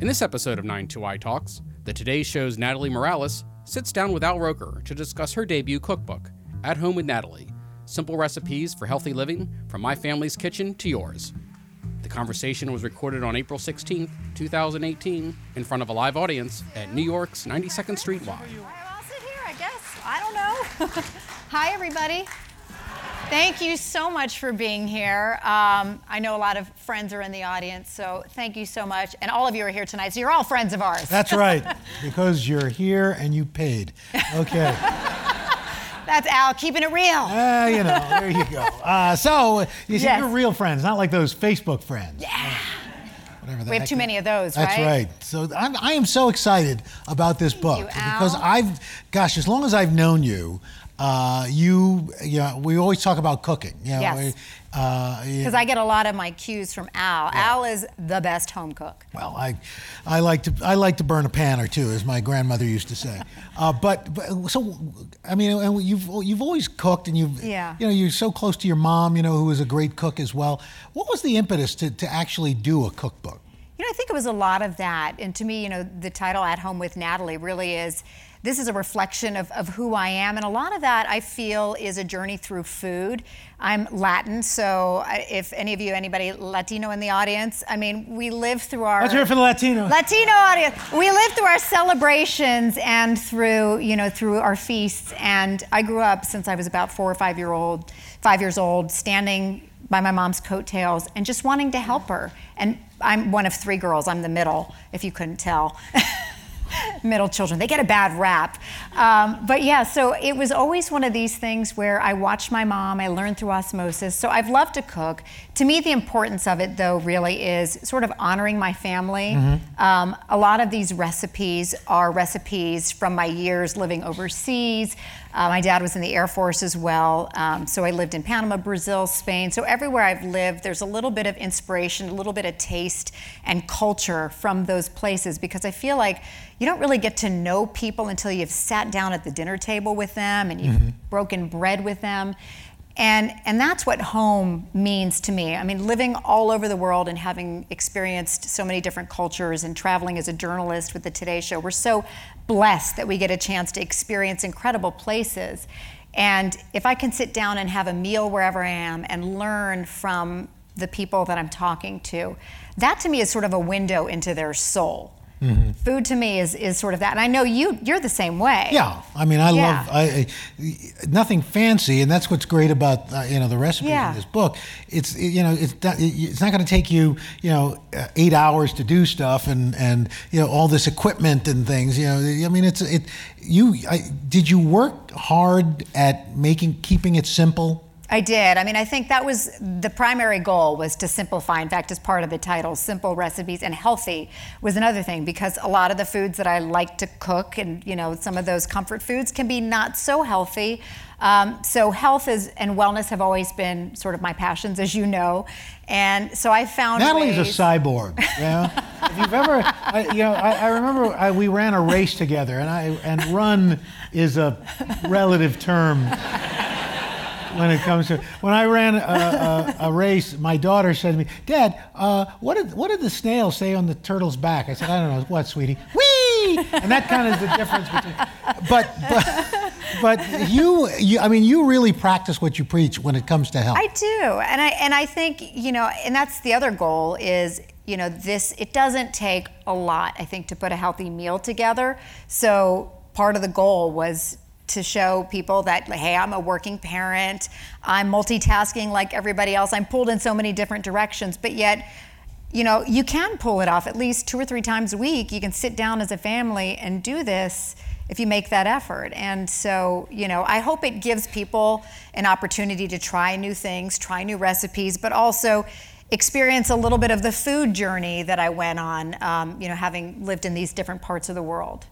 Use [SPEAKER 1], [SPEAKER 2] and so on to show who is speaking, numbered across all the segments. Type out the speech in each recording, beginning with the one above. [SPEAKER 1] In this episode of 92i Talks, the Today Show's Natalie Morales sits down with Al Roker to discuss her debut cookbook, At Home with Natalie Simple Recipes for Healthy Living from My Family's Kitchen to Yours. The conversation was recorded on April 16, 2018, in front of a live audience at New York's 92nd Street Live.
[SPEAKER 2] All right, well, I'll sit here, I guess. I don't know. Hi, everybody. Thank you so much for being here. Um, I know a lot of friends are in the audience, so thank you so much. And all of you are here tonight, so you're all friends of ours.
[SPEAKER 3] That's right, because you're here and you paid. Okay.
[SPEAKER 2] That's Al keeping it real.
[SPEAKER 3] Uh, you know, there you go. Uh, so, you see,
[SPEAKER 2] Yes.
[SPEAKER 3] you're real friends, not like those Facebook friends. Yeah. Whatever the
[SPEAKER 2] We have
[SPEAKER 3] heck
[SPEAKER 2] too
[SPEAKER 3] that-
[SPEAKER 2] many of those,
[SPEAKER 3] That's
[SPEAKER 2] right?
[SPEAKER 3] right. So I'm, I am so excited about this book
[SPEAKER 2] you,
[SPEAKER 3] because
[SPEAKER 2] Al.
[SPEAKER 3] I've, gosh, as long as I've known you, uh, you, you know, we always talk about cooking. You know,
[SPEAKER 2] Yes.
[SPEAKER 3] we- uh, you-
[SPEAKER 2] Because I get a lot of my cues from Al. Al is the best home cook.
[SPEAKER 3] Well, I, I like to I like to burn a pan or two, as my grandmother used to say. Uh, but, but so, I mean, and you've you've always cooked, and you've
[SPEAKER 2] Yeah.
[SPEAKER 3] you know you're so close to your mom, you know, who was a great cook as well. What was the impetus to, to actually do a cookbook?
[SPEAKER 2] You know, I think it was a lot of that. And to me, you know, the title At Home with Natalie really is this is a reflection of, of who I am. And a lot of that I feel is a journey through food. I'm Latin, so I- if any of you, anybody Latino in the audience, I mean, we live through our.
[SPEAKER 3] the Latino.
[SPEAKER 2] Latino audience. We live through our celebrations and through, you know, through our feasts. And I grew up since I was about four or five year old, five years old, standing by my mom's coattails and just wanting to help her. And I'm one of three girls. I'm the middle, if you couldn't tell. middle children. They get a bad rap. Um, but yeah, so it was always one of these things where I watched my mom, I learned through osmosis. So I've loved to cook. To me, the importance of it, though, really is sort of honoring my family. Um, a lot of these recipes are recipes from my years living overseas. Uh, my dad was in the Air Force as well. Um, so I lived in Panama, Brazil, Spain. So everywhere I've lived, there's a little bit of inspiration, a little bit of taste and culture from those places because I feel like you don't really get to know people until you've sat down at the dinner table with them and you've broken bread with them. And, and that's what home means to me. I mean, living all over the world and having experienced so many different cultures and traveling as a journalist with the Today Show, we're so blessed that we get a chance to experience incredible places. And if I can sit down and have a meal wherever I am and learn from the people that I'm talking to, that to me is sort of a window into their soul. Food to me is, is sort of that. And I know you, you're the same way.
[SPEAKER 3] Yeah, I mean, I
[SPEAKER 2] Yeah.
[SPEAKER 3] love I, I- nothing fancy, and that's what's great about uh, you know the recipes
[SPEAKER 2] Yeah.
[SPEAKER 3] in this book. It's it- you know it's not, it's not going to take you you know uh, eight hours to do stuff and and you know all this equipment and things. You know, I mean, it's it. You I, did you work hard at making keeping it simple?
[SPEAKER 2] I did. I mean, I think that was the primary goal was to simplify. In fact, as part of the title, simple recipes and healthy was another thing because a lot of the foods that I like to cook and you know some of those comfort foods can be not so healthy. Um, so health is and wellness have always been sort of my passions, as you know, and so I found
[SPEAKER 3] Natalie's a
[SPEAKER 2] ways-
[SPEAKER 3] cyborg. Yeah. if you've ever, I, you know, I, I remember I, we ran a race together, and I and run is a relative term when it comes to when I ran a, a, a race. My daughter said to me, "Dad, uh, what did what did the snail say on the turtle's back?" I said, "I don't know. What, sweetie? Whee!" And that kind of is the difference between. But but but you, you I mean, you really practice what you preach when it comes to health.
[SPEAKER 2] I do, and I and I think you know, and that's the other goal is you know this. It doesn't take a lot, I think, to put a healthy meal together. So part of the goal was to show people that hey, I'm a working parent. I'm multitasking like everybody else. I'm pulled in so many different directions, but yet. You know, you can pull it off at least two or three times a week. You can sit down as a family and do this if you make that effort. And so, you know, I hope it gives people an opportunity to try new things, try new recipes, but also experience a little bit of the food journey that I went on, um, you know, having lived in these different parts of the world.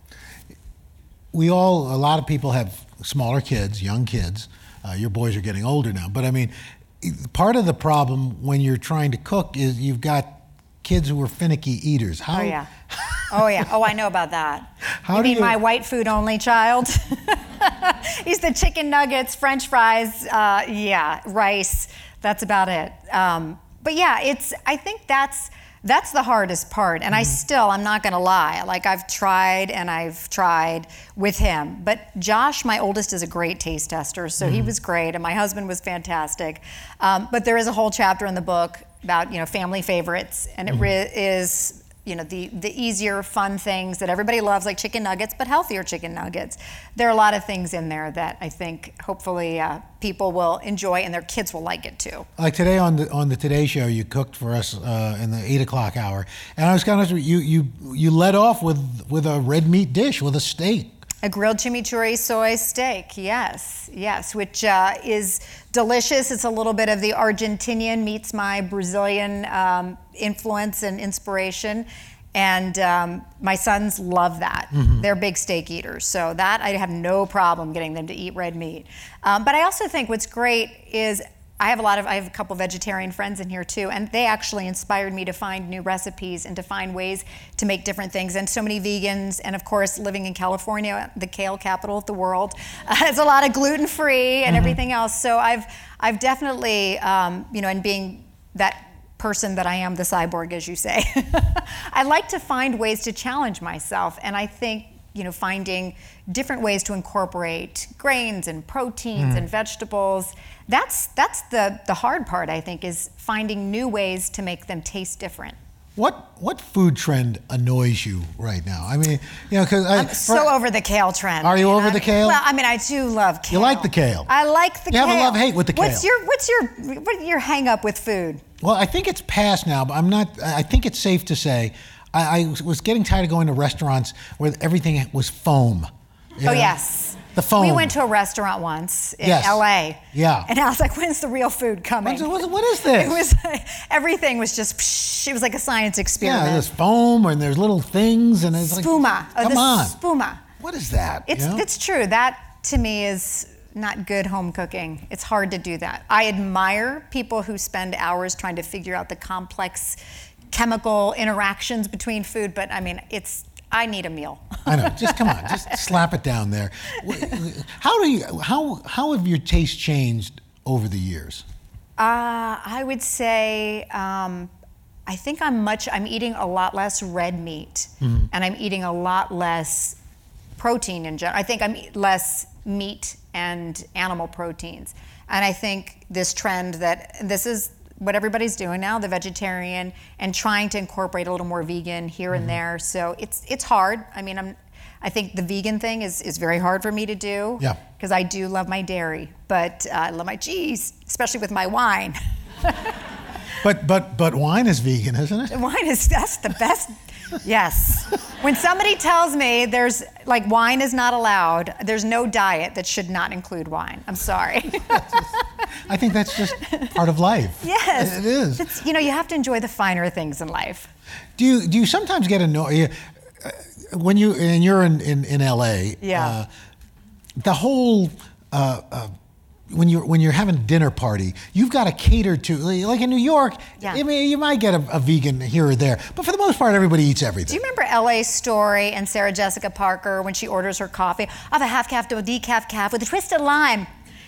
[SPEAKER 3] we all a lot of people have smaller kids young kids uh, your boys are getting older now but i mean part of the problem when you're trying to cook is you've got kids who are finicky eaters how
[SPEAKER 2] Oh, yeah. Oh, yeah. Oh, I know about that.
[SPEAKER 3] How
[SPEAKER 2] you
[SPEAKER 3] do
[SPEAKER 2] mean
[SPEAKER 3] you-
[SPEAKER 2] my white food only child? He's the chicken nuggets, french fries, uh, yeah, rice. That's about it. Um, but yeah, it's, I think that's That's the hardest part. And I
[SPEAKER 3] Mm-hmm.
[SPEAKER 2] still, I'm not going to lie, like I've tried and I've tried with him. But Josh, my oldest, is a great taste tester. So
[SPEAKER 3] Mm-hmm.
[SPEAKER 2] he was great. And my husband was fantastic. Um, but there is a whole chapter in the book about, you know, family favorites. And
[SPEAKER 3] Mm-hmm.
[SPEAKER 2] it re- is you know the the easier fun things that everybody loves like chicken nuggets but healthier chicken nuggets there are a lot of things in there that i think hopefully uh, people will enjoy and their kids will like it too
[SPEAKER 3] Like today on the on the Today Show, you cooked for us uh, in the eight o'clock hour, and I was kind of you you you led off with with a red meat dish with a steak.
[SPEAKER 2] A grilled chimichurri soy steak, yes, yes, which uh, is delicious. It's a little bit of the Argentinian meets my Brazilian um, influence and inspiration. And um, my sons love that. They're big steak eaters. So, that I have no problem getting them to eat red meat. Um, but I also think what's great is I have a lot of, I have a couple vegetarian friends in here too, and they actually inspired me to find new recipes and to find ways to make different things. And so many vegans, and of course, living in California, the kale capital of the world, uh, has a lot of gluten free and everything else. So I've, I've definitely, um, you know, and being that person that I am, the cyborg, as you say, I like to find ways to challenge myself. And I think, you know, finding different ways to incorporate grains and proteins
[SPEAKER 3] Mm.
[SPEAKER 2] and vegetables. That's that's the the hard part, I think, is finding new ways to make them taste different.
[SPEAKER 3] What what food trend annoys you right now? I mean, you know, because
[SPEAKER 2] I'm so over the kale trend.
[SPEAKER 3] Are you
[SPEAKER 2] man.
[SPEAKER 3] over the kale?
[SPEAKER 2] Well, I mean, I do love kale.
[SPEAKER 3] like the kale.
[SPEAKER 2] I like the
[SPEAKER 3] You
[SPEAKER 2] kale.
[SPEAKER 3] have a love-hate with the
[SPEAKER 2] What's
[SPEAKER 3] kale.
[SPEAKER 2] your what's your what's your hang up with food?
[SPEAKER 3] Well, I think it's past now, but I'm not. I I think it's safe to say I, I was getting tired of going to restaurants where everything was foam. you
[SPEAKER 2] Oh
[SPEAKER 3] know?
[SPEAKER 2] yes.
[SPEAKER 3] The phone.
[SPEAKER 2] We went to a restaurant once in
[SPEAKER 3] Yes.
[SPEAKER 2] LA.
[SPEAKER 3] Yeah.
[SPEAKER 2] And I was like, when's the real food coming?
[SPEAKER 3] What's- what- what is this?
[SPEAKER 2] It was everything was just psh, it was like a science experiment.
[SPEAKER 3] yeah, there's foam and there's little things and it's like
[SPEAKER 2] spuma. Oh,
[SPEAKER 3] Come
[SPEAKER 2] the
[SPEAKER 3] on,
[SPEAKER 2] Spuma.
[SPEAKER 3] what is that? you
[SPEAKER 2] It's
[SPEAKER 3] know?
[SPEAKER 2] it's true. That to me is not good home cooking. It's hard to do that. I admire people who spend hours trying to figure out the complex chemical interactions between food, but I mean, it's I need a meal.
[SPEAKER 3] I know. Just come on, just slap it down there. Wh- How do you? How how have your tastes changed over the years?
[SPEAKER 2] Uh, I would say um, I think I'm much. I'm eating a lot less red meat, and I'm eating a lot less protein in general. I think I'm eat less meat and animal proteins, and I think this trend that this is what everybody's doing now the vegetarian and trying to incorporate a little more vegan here and there so it's it's hard i mean i'm i think the vegan thing is is very hard for me to do
[SPEAKER 3] Yeah.
[SPEAKER 2] because I do love my dairy, but uh, I love my cheese, especially with my wine.
[SPEAKER 3] But but but wine is vegan, isn't it?
[SPEAKER 2] Wine is that's the best. Yes. When somebody tells me there's like wine is not allowed, there's no diet that should not include wine. I'm sorry.
[SPEAKER 3] I think that's just part of life.
[SPEAKER 2] yes.
[SPEAKER 3] it is.
[SPEAKER 2] It's, you know, you have to enjoy the finer things in life.
[SPEAKER 3] Do you do you sometimes get annoyed uh, when you and you're in in, in L.A.
[SPEAKER 2] Yeah.
[SPEAKER 3] uh, the whole. Uh, uh, when you're when you're having a dinner party, you've got to cater to like in New York.
[SPEAKER 2] Yeah.
[SPEAKER 3] I mean, you might get a, a vegan here or there, but for the most part, everybody eats
[SPEAKER 2] Do
[SPEAKER 3] everything.
[SPEAKER 2] you remember LA's story and Sarah Jessica Parker when she orders her coffee? I have a half calf to a decaf calf with a twist of lime.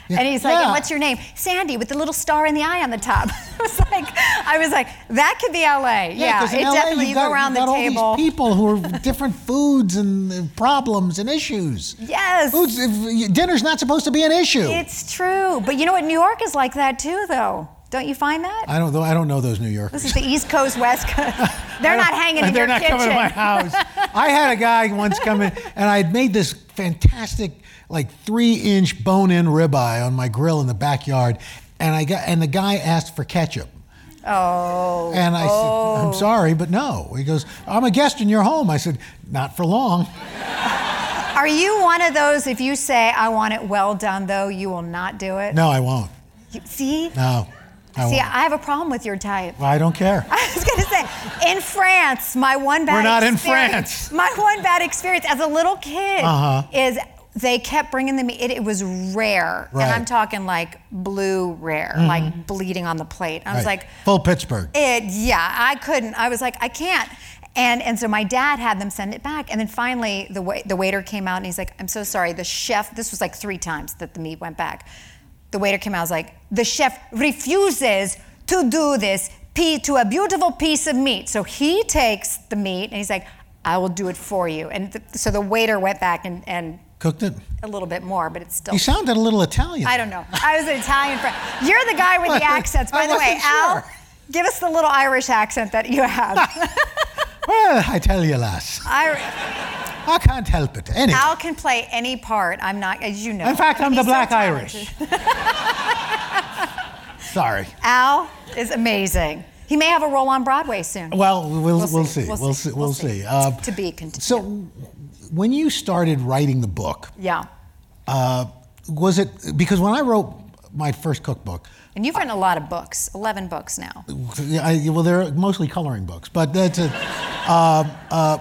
[SPEAKER 2] And he's like,
[SPEAKER 3] Yeah.
[SPEAKER 2] and what's your name? Sandy with the little star in the eye on the top. I was like, I was like, that could be LA. Yeah,
[SPEAKER 3] 'cause in
[SPEAKER 2] it
[SPEAKER 3] LA,
[SPEAKER 2] definitely
[SPEAKER 3] you've
[SPEAKER 2] you
[SPEAKER 3] got-
[SPEAKER 2] go around
[SPEAKER 3] you've
[SPEAKER 2] the
[SPEAKER 3] got
[SPEAKER 2] table.
[SPEAKER 3] All these people who are different foods and uh, problems and issues.
[SPEAKER 2] Yes.
[SPEAKER 3] Foods, if- dinner's not supposed to be an issue.
[SPEAKER 2] It's true. But you know what? New York is like that too though. Don't you find that?
[SPEAKER 3] I don't know. I don't know those New Yorkers.
[SPEAKER 2] This is the East Coast, West Coast. They're not hanging in your
[SPEAKER 3] They're not
[SPEAKER 2] kitchen.
[SPEAKER 3] coming to my house. I had a guy once come in, and I had made this fantastic, like three-inch bone-in ribeye on my grill in the backyard, and I got and the guy asked for ketchup.
[SPEAKER 2] oh.
[SPEAKER 3] And I said, I'm sorry, but no. He goes, I'm a guest in your home. I said, not for long.
[SPEAKER 2] Are you one of those if you say I want it well done though, you will not do it?
[SPEAKER 3] No, I won't.
[SPEAKER 2] You- See?
[SPEAKER 3] No, I
[SPEAKER 2] See,
[SPEAKER 3] won't.
[SPEAKER 2] I have a problem with your type.
[SPEAKER 3] I don't care.
[SPEAKER 2] I was gonna say, in France, my one bad
[SPEAKER 3] We're not in
[SPEAKER 2] experience-
[SPEAKER 3] France. Uh-huh.
[SPEAKER 2] My one bad experience as a little kid is they kept bringing them. It, it was rare,
[SPEAKER 3] Right. Mm-hmm.
[SPEAKER 2] and I'm talking like blue rare, like bleeding on the plate. I was
[SPEAKER 3] Right.
[SPEAKER 2] like,
[SPEAKER 3] full Pittsburgh.
[SPEAKER 2] it yeah i couldn't i was like i can't and and so my dad had them send it back and then finally the wait, the waiter came out and he's like i'm so sorry the chef this was like three times that the meat went back the waiter came out and was like the chef refuses to do this pea, to a beautiful piece of meat. So he takes the meat and he's like, I will do it for you. And th- so the waiter went back and, and
[SPEAKER 3] Cooked it.
[SPEAKER 2] a little bit more, but it's still.
[SPEAKER 3] You sounded a little Italian.
[SPEAKER 2] I don't know. I was an Italian friend. You're the guy with the accents, by
[SPEAKER 3] I
[SPEAKER 2] the way.
[SPEAKER 3] wasn't
[SPEAKER 2] Al,
[SPEAKER 3] sure.
[SPEAKER 2] give us the little Irish accent that you have.
[SPEAKER 3] Well, I tell you, lass,
[SPEAKER 2] I,
[SPEAKER 3] I can't help it. Anyway,
[SPEAKER 2] Al can play any part. I'm not, as you know.
[SPEAKER 3] in fact, I'm the
[SPEAKER 2] He's so
[SPEAKER 3] Black
[SPEAKER 2] talented.
[SPEAKER 3] Irish. Sorry.
[SPEAKER 2] Al is amazing. He may have a role on Broadway soon.
[SPEAKER 3] Well, we'll, we'll, see. We'll see. We'll see. Uh,
[SPEAKER 2] to be continued.
[SPEAKER 3] so, when you started writing the book,
[SPEAKER 2] yeah.
[SPEAKER 3] uh, was it because when I wrote my first cookbook,
[SPEAKER 2] And you've written a lot of books, 11 books now.
[SPEAKER 3] I, well, they're mostly coloring books, but that's a, uh, uh,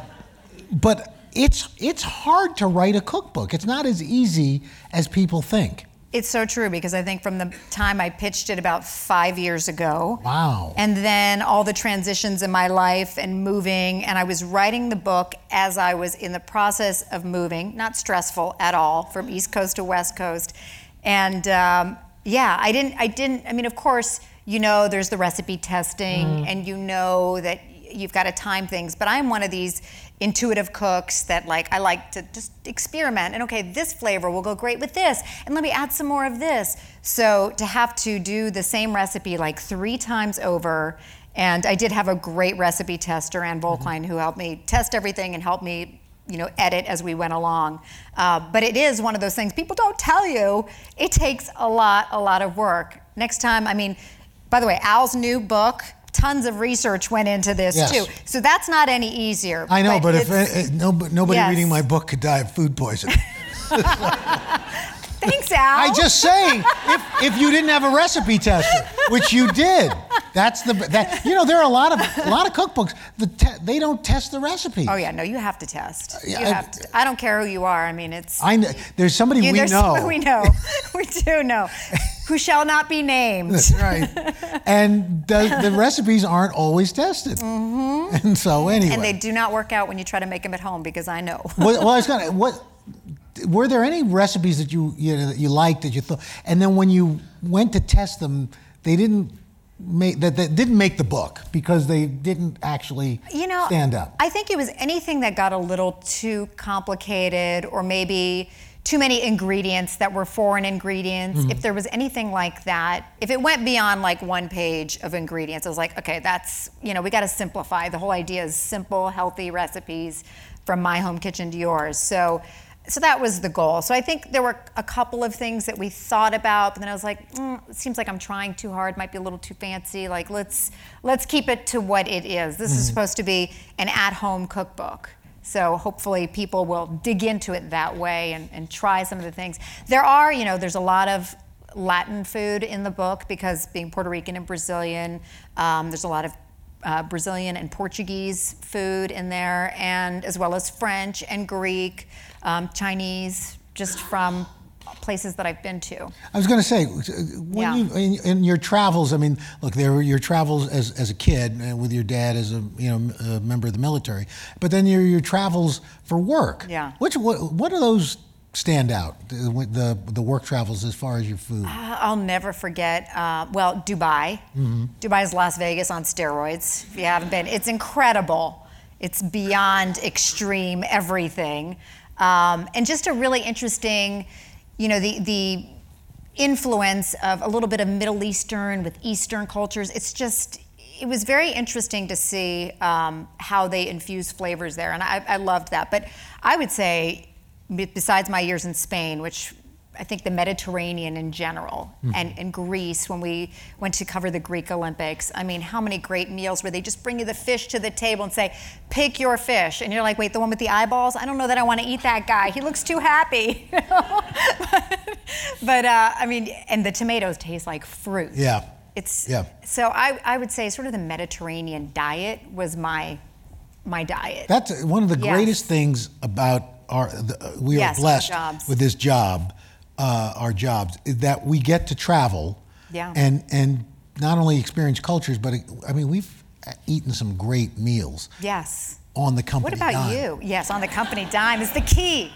[SPEAKER 3] but it's it's hard to write a cookbook. It's not as easy as people think.
[SPEAKER 2] It's so true because I think from the time I pitched it about five years ago.
[SPEAKER 3] Wow.
[SPEAKER 2] And then all the transitions in my life and moving, and I was writing the book as I was in the process of moving, not stressful at all, from East Coast to West Coast. And um, yeah, I didn't, I didn't, I mean, of course, you know, there's the recipe testing, and you know that you've got to time things, but I'm one of these intuitive cooks that like I like to just experiment and okay, this flavor will go great with this, and let me add some more of this. So to have to do the same recipe like three times over, and I did have a great recipe tester, Ann Volkline, who helped me test everything and helped me. You know, edit as we went along, uh, but it is one of those things people don't tell you. It takes a lot, a lot of work. Next time, I mean, by the way, Al's new book, tons of research went into this
[SPEAKER 3] Yes.
[SPEAKER 2] too. So that's not any easier.
[SPEAKER 3] I know, but, if
[SPEAKER 2] it's-
[SPEAKER 3] uh, uh, no, nobody
[SPEAKER 2] Yes.
[SPEAKER 3] reading my book could die of food poisoning.
[SPEAKER 2] thanks, Al.
[SPEAKER 3] I just saying, if, if you didn't have a recipe tester, which you did, that's the that you know there are a lot of a lot of cookbooks that te- they don't test the recipe.
[SPEAKER 2] Oh yeah, no, you have to test.
[SPEAKER 3] Uh, yeah,
[SPEAKER 2] you
[SPEAKER 3] I-
[SPEAKER 2] have to. I don't care who you are. I mean, it's.
[SPEAKER 3] I know, there's somebody
[SPEAKER 2] you,
[SPEAKER 3] we
[SPEAKER 2] there's
[SPEAKER 3] know.
[SPEAKER 2] someone we know. we do know. Who shall not be named.
[SPEAKER 3] That's right. and the, the recipes aren't always tested. Mm-hmm. And so anyway,
[SPEAKER 2] And they do not work out when you try to make them at home because I know.
[SPEAKER 3] well, well, I was gonna what. Were there any recipes that you you know, that you liked that you thought, and then when you went to test them, they didn't make that, that didn't make the book because they didn't actually
[SPEAKER 2] you know
[SPEAKER 3] stand up.
[SPEAKER 2] i think it was anything that got a little too complicated or maybe too many ingredients that were foreign ingredients
[SPEAKER 3] Mm-hmm.
[SPEAKER 2] if there was anything like that if it went beyond like one page of ingredients i was like okay that's you know we got to simplify the whole idea is simple healthy recipes from my home kitchen to yours so so that was the goal. So I think there were a couple of things that we thought about, but then I was like, mm, it seems like I'm trying too hard. Might be a little too fancy. Like let's let's keep it to what it is. This is supposed to be an at-home cookbook. So hopefully people will dig into it that way and, and try some of the things. There are, you know, there's a lot of Latin food in the book because being Puerto Rican and Brazilian, um, there's a lot of uh, Brazilian and Portuguese food in there, and as well as French and Greek, um, Chinese, just from places that I've been to.
[SPEAKER 3] I was going to say, uh, when
[SPEAKER 2] Yeah.
[SPEAKER 3] you in, in your travels, I mean, look, there were your travels as, as a kid uh, with your dad as a you know a member of the military, but then your your travels for work.
[SPEAKER 2] Yeah.
[SPEAKER 3] Which what what do those stand out? The the, the work travels as far as your food.
[SPEAKER 2] I- I'll never forget, uh, well, Dubai. Dubai is Las Vegas on steroids, if you haven't been. It's incredible. It's beyond extreme everything. Um, and just a really interesting, you know, the, the influence of a little bit of Middle Eastern with Eastern cultures. It's just, it was very interesting to see um, how they infuse flavors there. And I, I loved that. But I would say, be- besides my years in Spain, which I think the Mediterranean in general
[SPEAKER 3] Mm-hmm.
[SPEAKER 2] and, and Greece when we went to cover the Greek Olympics. I mean, how many great meals where they just bring you the fish to the table and say, pick your fish. And you're like, wait, the one with the eyeballs? I don't know that I want to eat that guy. He looks too happy. but uh, I mean, and the tomatoes taste like fruit.
[SPEAKER 3] Yeah.
[SPEAKER 2] It's
[SPEAKER 3] Yeah.
[SPEAKER 2] so I, I would say sort of the Mediterranean diet was my my diet.
[SPEAKER 3] That's one of the
[SPEAKER 2] Yes.
[SPEAKER 3] greatest things about our. The, uh, we
[SPEAKER 2] Yes,
[SPEAKER 3] are
[SPEAKER 2] our
[SPEAKER 3] blessed
[SPEAKER 2] jobs.
[SPEAKER 3] with this job, uh, our jobs, is that we get to travel.
[SPEAKER 2] Yeah.
[SPEAKER 3] And and not only experience cultures, but uh, I mean we've uh, eaten some great meals
[SPEAKER 2] yes.
[SPEAKER 3] on the company.
[SPEAKER 2] What about
[SPEAKER 3] dime.
[SPEAKER 2] you? Yes, on the company dime is the key.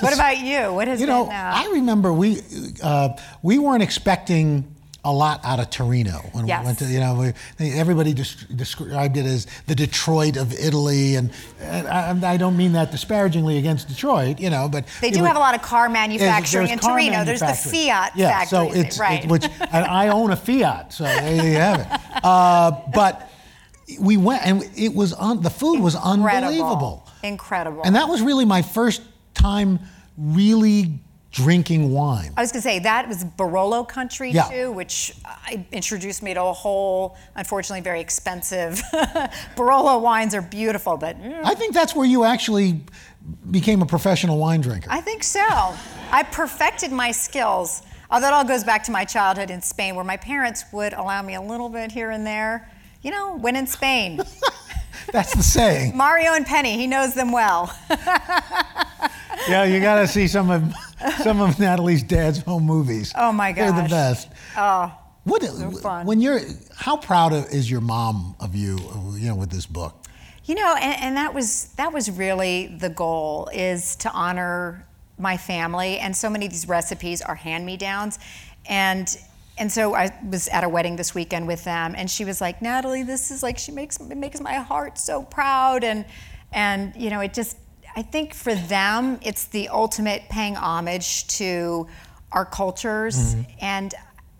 [SPEAKER 2] what about you? What has
[SPEAKER 3] You know,
[SPEAKER 2] been? uh,
[SPEAKER 3] I remember we uh, we weren't expecting a lot out of Torino when
[SPEAKER 2] Yes.
[SPEAKER 3] we went to you know we, they- everybody des- described it as the Detroit of Italy and, and I, I don't mean that disparagingly against Detroit you know but
[SPEAKER 2] They
[SPEAKER 3] it
[SPEAKER 2] do
[SPEAKER 3] was-
[SPEAKER 2] have a lot of car manufacturing
[SPEAKER 3] there's
[SPEAKER 2] in
[SPEAKER 3] car
[SPEAKER 2] Torino. There's the
[SPEAKER 3] manufacturing.
[SPEAKER 2] Fiat
[SPEAKER 3] yeah,
[SPEAKER 2] factory,
[SPEAKER 3] so it's,
[SPEAKER 2] right?
[SPEAKER 3] it- which and I own a Fiat, so there you have it. Uh, but we went, and it was on. The food was unbelievable,
[SPEAKER 2] Incredible.
[SPEAKER 3] and that was really my first time really drinking wine.
[SPEAKER 2] I was going to say that was Barolo country
[SPEAKER 3] Yeah.
[SPEAKER 2] too, which I introduced me to a whole, unfortunately, very expensive. Barolo wines are beautiful, but mm,
[SPEAKER 3] I think that's where you actually became a professional wine drinker.
[SPEAKER 2] I think so. I perfected my skills. Oh, that all goes back to my childhood in Spain, where my parents would allow me a little bit here and there. You know, when in Spain,
[SPEAKER 3] That's the saying.
[SPEAKER 2] Mario and Penny, he knows them well.
[SPEAKER 3] yeah, you got to see some of some of Natalie's dad's home movies.
[SPEAKER 2] Oh, my
[SPEAKER 3] They're the
[SPEAKER 2] gosh.
[SPEAKER 3] best.
[SPEAKER 2] Oh,
[SPEAKER 3] What
[SPEAKER 2] fun.
[SPEAKER 3] when you're how proud of, is your mom of you? uh, You know, with this book.
[SPEAKER 2] You know, and, and that was that was really the goal is to honor my family, and so many of these recipes are hand me downs, and and so I was at a wedding this weekend with them, and she was like, Natalie, this is like she makes it makes my heart so proud, and and you know, it just I think for them it's the ultimate paying homage to our cultures and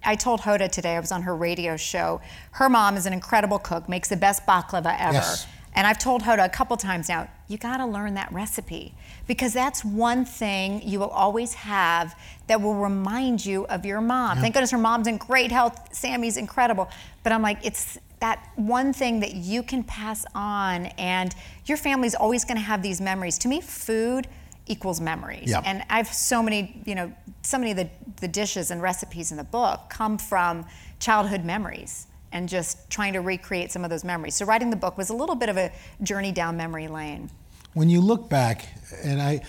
[SPEAKER 2] I told Hoda today, I was on her radio show, her mom is an incredible cook, makes the best baklava ever.
[SPEAKER 3] Yes.
[SPEAKER 2] And I've told Hoda a couple times now, you gotta learn that recipe because that's one thing you will always have that will remind you of your mom. Thank goodness her mom's in great health, Sammy's incredible. But I'm like, it's that one thing that you can pass on, and your family's always gonna have these memories. To me, food equals memories.
[SPEAKER 3] Yeah.
[SPEAKER 2] And I have so many, you know, so many of the, the dishes and recipes in the book come from childhood memories and just trying to recreate some of those memories. So writing the book was a little bit of a journey down memory lane.
[SPEAKER 3] When you look back, and I,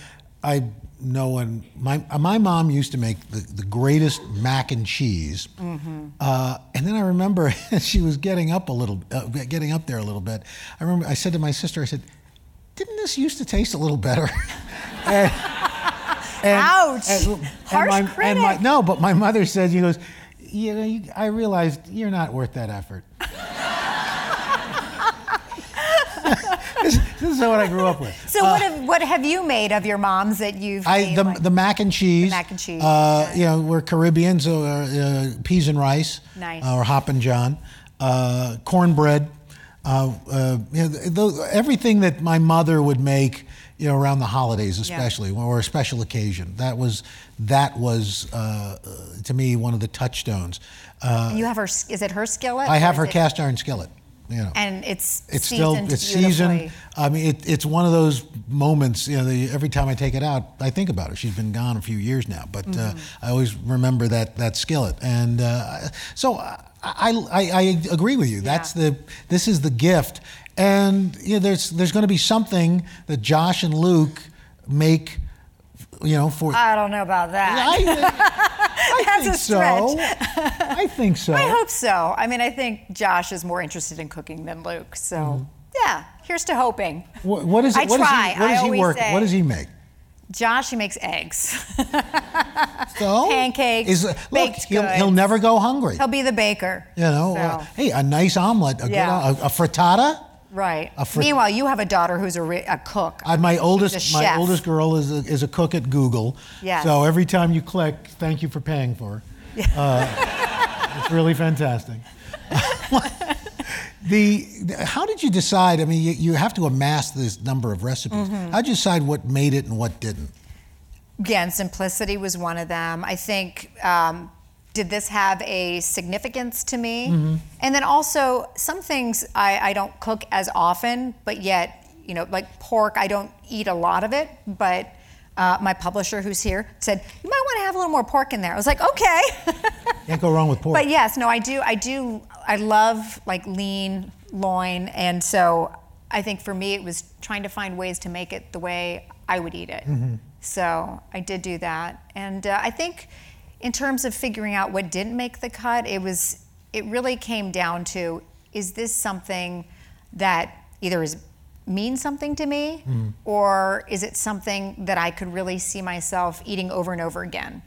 [SPEAKER 3] I know when my my mom used to make the, the greatest mac and cheese,
[SPEAKER 2] Mm-hmm.
[SPEAKER 3] uh, and then I remember she was getting up a little, uh, getting up there a little bit. I remember I said to my sister, I said, "Didn't this used to taste a little better?" And- and-
[SPEAKER 2] Ouch. Harsh
[SPEAKER 3] my- and my-
[SPEAKER 2] critic.
[SPEAKER 3] no, but my mother said, "She goes, you know, you, I realized you're not worth that effort." this, this is what I grew up with.
[SPEAKER 2] So what have what have you made of your moms that you've
[SPEAKER 3] Ah. I
[SPEAKER 2] made,
[SPEAKER 3] the,
[SPEAKER 2] like-
[SPEAKER 3] the mac and cheese.
[SPEAKER 2] mac and cheese,
[SPEAKER 3] Uh, You know, we're Caribbean, so uh, uh, peas and rice.
[SPEAKER 2] Nice.
[SPEAKER 3] uh, or hop and john, uh, cornbread. Uh, uh, you know, th- th- everything that my mother would make, you know, around the holidays, especially or a special occasion. That was that was uh, uh, to me one of the touchstones. Uh,
[SPEAKER 2] you have her s- is it her skillet?
[SPEAKER 3] I
[SPEAKER 2] or
[SPEAKER 3] have
[SPEAKER 2] is
[SPEAKER 3] her
[SPEAKER 2] it-
[SPEAKER 3] cast iron skillet. You know
[SPEAKER 2] and it's
[SPEAKER 3] it's still
[SPEAKER 2] seasoned
[SPEAKER 3] it's
[SPEAKER 2] beautifully.
[SPEAKER 3] seasoned. I mean, it, it's one of those moments. You know, the, every time I take it out, I think about her. She's been gone a few years now, but uh,
[SPEAKER 2] Mm-hmm.
[SPEAKER 3] I always remember that that skillet. And uh, so I, I I agree with you. That's the this is the gift. And you know, there's there's going to be something that Josh and Luke make. You know, for
[SPEAKER 2] I don't know about that.
[SPEAKER 3] I, I
[SPEAKER 2] Uh, That's
[SPEAKER 3] think
[SPEAKER 2] a
[SPEAKER 3] so. I think so.
[SPEAKER 2] I hope so. I mean, I think Josh is more interested in cooking than Luke. So,
[SPEAKER 3] Mm-hmm.
[SPEAKER 2] yeah, here's to hoping.
[SPEAKER 3] What, what is it?
[SPEAKER 2] I
[SPEAKER 3] what does
[SPEAKER 2] try.
[SPEAKER 3] he, what
[SPEAKER 2] I
[SPEAKER 3] does he
[SPEAKER 2] always
[SPEAKER 3] work?
[SPEAKER 2] say.
[SPEAKER 3] What does he make?
[SPEAKER 2] Josh, he makes eggs.
[SPEAKER 3] So
[SPEAKER 2] Pancakes,
[SPEAKER 3] Is, look,
[SPEAKER 2] baked
[SPEAKER 3] he'll, he'll
[SPEAKER 2] goods.
[SPEAKER 3] never go hungry.
[SPEAKER 2] He'll be the baker.
[SPEAKER 3] you know,
[SPEAKER 2] So,
[SPEAKER 3] uh, hey, a nice omelet, a, good,
[SPEAKER 2] Yeah.
[SPEAKER 3] o- a, a frittata.
[SPEAKER 2] right.
[SPEAKER 3] a fr-
[SPEAKER 2] Meanwhile, you have a daughter who's a, re- a cook.
[SPEAKER 3] I, my oldest,
[SPEAKER 2] She's a
[SPEAKER 3] my
[SPEAKER 2] chef.
[SPEAKER 3] oldest girl is a, is a cook at Google.
[SPEAKER 2] Yes.
[SPEAKER 3] So every time you click, thank you for paying for her. Uh, it's really fantastic. the, the- how did you decide? I mean, you, you have to amass this number of recipes.
[SPEAKER 2] Mm-hmm.
[SPEAKER 3] How did you decide what made it and what didn't?
[SPEAKER 2] Again, simplicity was one of them. I think, um, did this have a significance to me?
[SPEAKER 3] Mm-hmm.
[SPEAKER 2] And then also, some things I, I don't cook as often, but yet, you know, like pork, I don't eat a lot of it, but. Uh, my publisher, who's here, said you might want to have a little more pork in there. I was like, okay.
[SPEAKER 3] Can't go wrong with pork.
[SPEAKER 2] But yes, no, I do. I do. I love like lean loin, and so I think for me it was trying to find ways to make it the way I would eat it. So I did do that, and uh, I think in terms of figuring out what didn't make the cut, it was it really came down to is this something that either is means something to me or is it something that I could really see myself eating over and over again?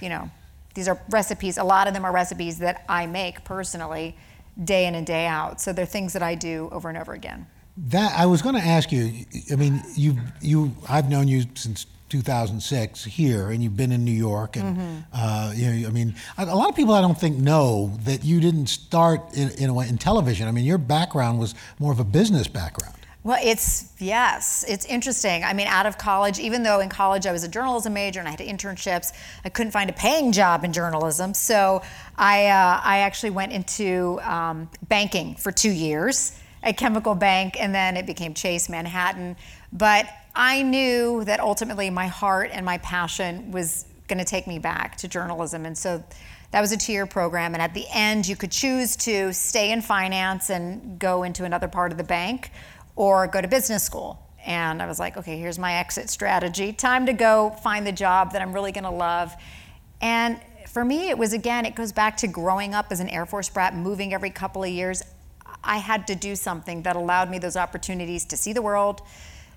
[SPEAKER 2] You know. These are recipes, a lot of them are recipes that I make personally day in and day out. So they're things that I do over and over again.
[SPEAKER 3] That I was going to ask you. I mean, you you I've known you since 2006 here, and you've been in New York, and uh, you know, I mean, a a lot of people I don't think know that you didn't start in, in a way in television. I mean, your background was more of a business background.
[SPEAKER 2] Well, it's yes, it's interesting. I mean, out of college, even though in college I was a journalism major and I had internships, I couldn't find a paying job in journalism. So I, uh, I actually went into um, banking for two years at Chemical Bank, and then it became Chase Manhattan. But I knew that ultimately my heart and my passion was going to take me back to journalism, and so that was a two-year program, and at the end, you could choose to stay in finance and go into another part of the bank, or go to business school. And I was like, okay, here's my exit strategy. Time to go find the job that I'm really going to love. And for me, it was again, it goes back to growing up as an Air Force brat, moving every couple of years. I had to do something that allowed me those opportunities to see the world,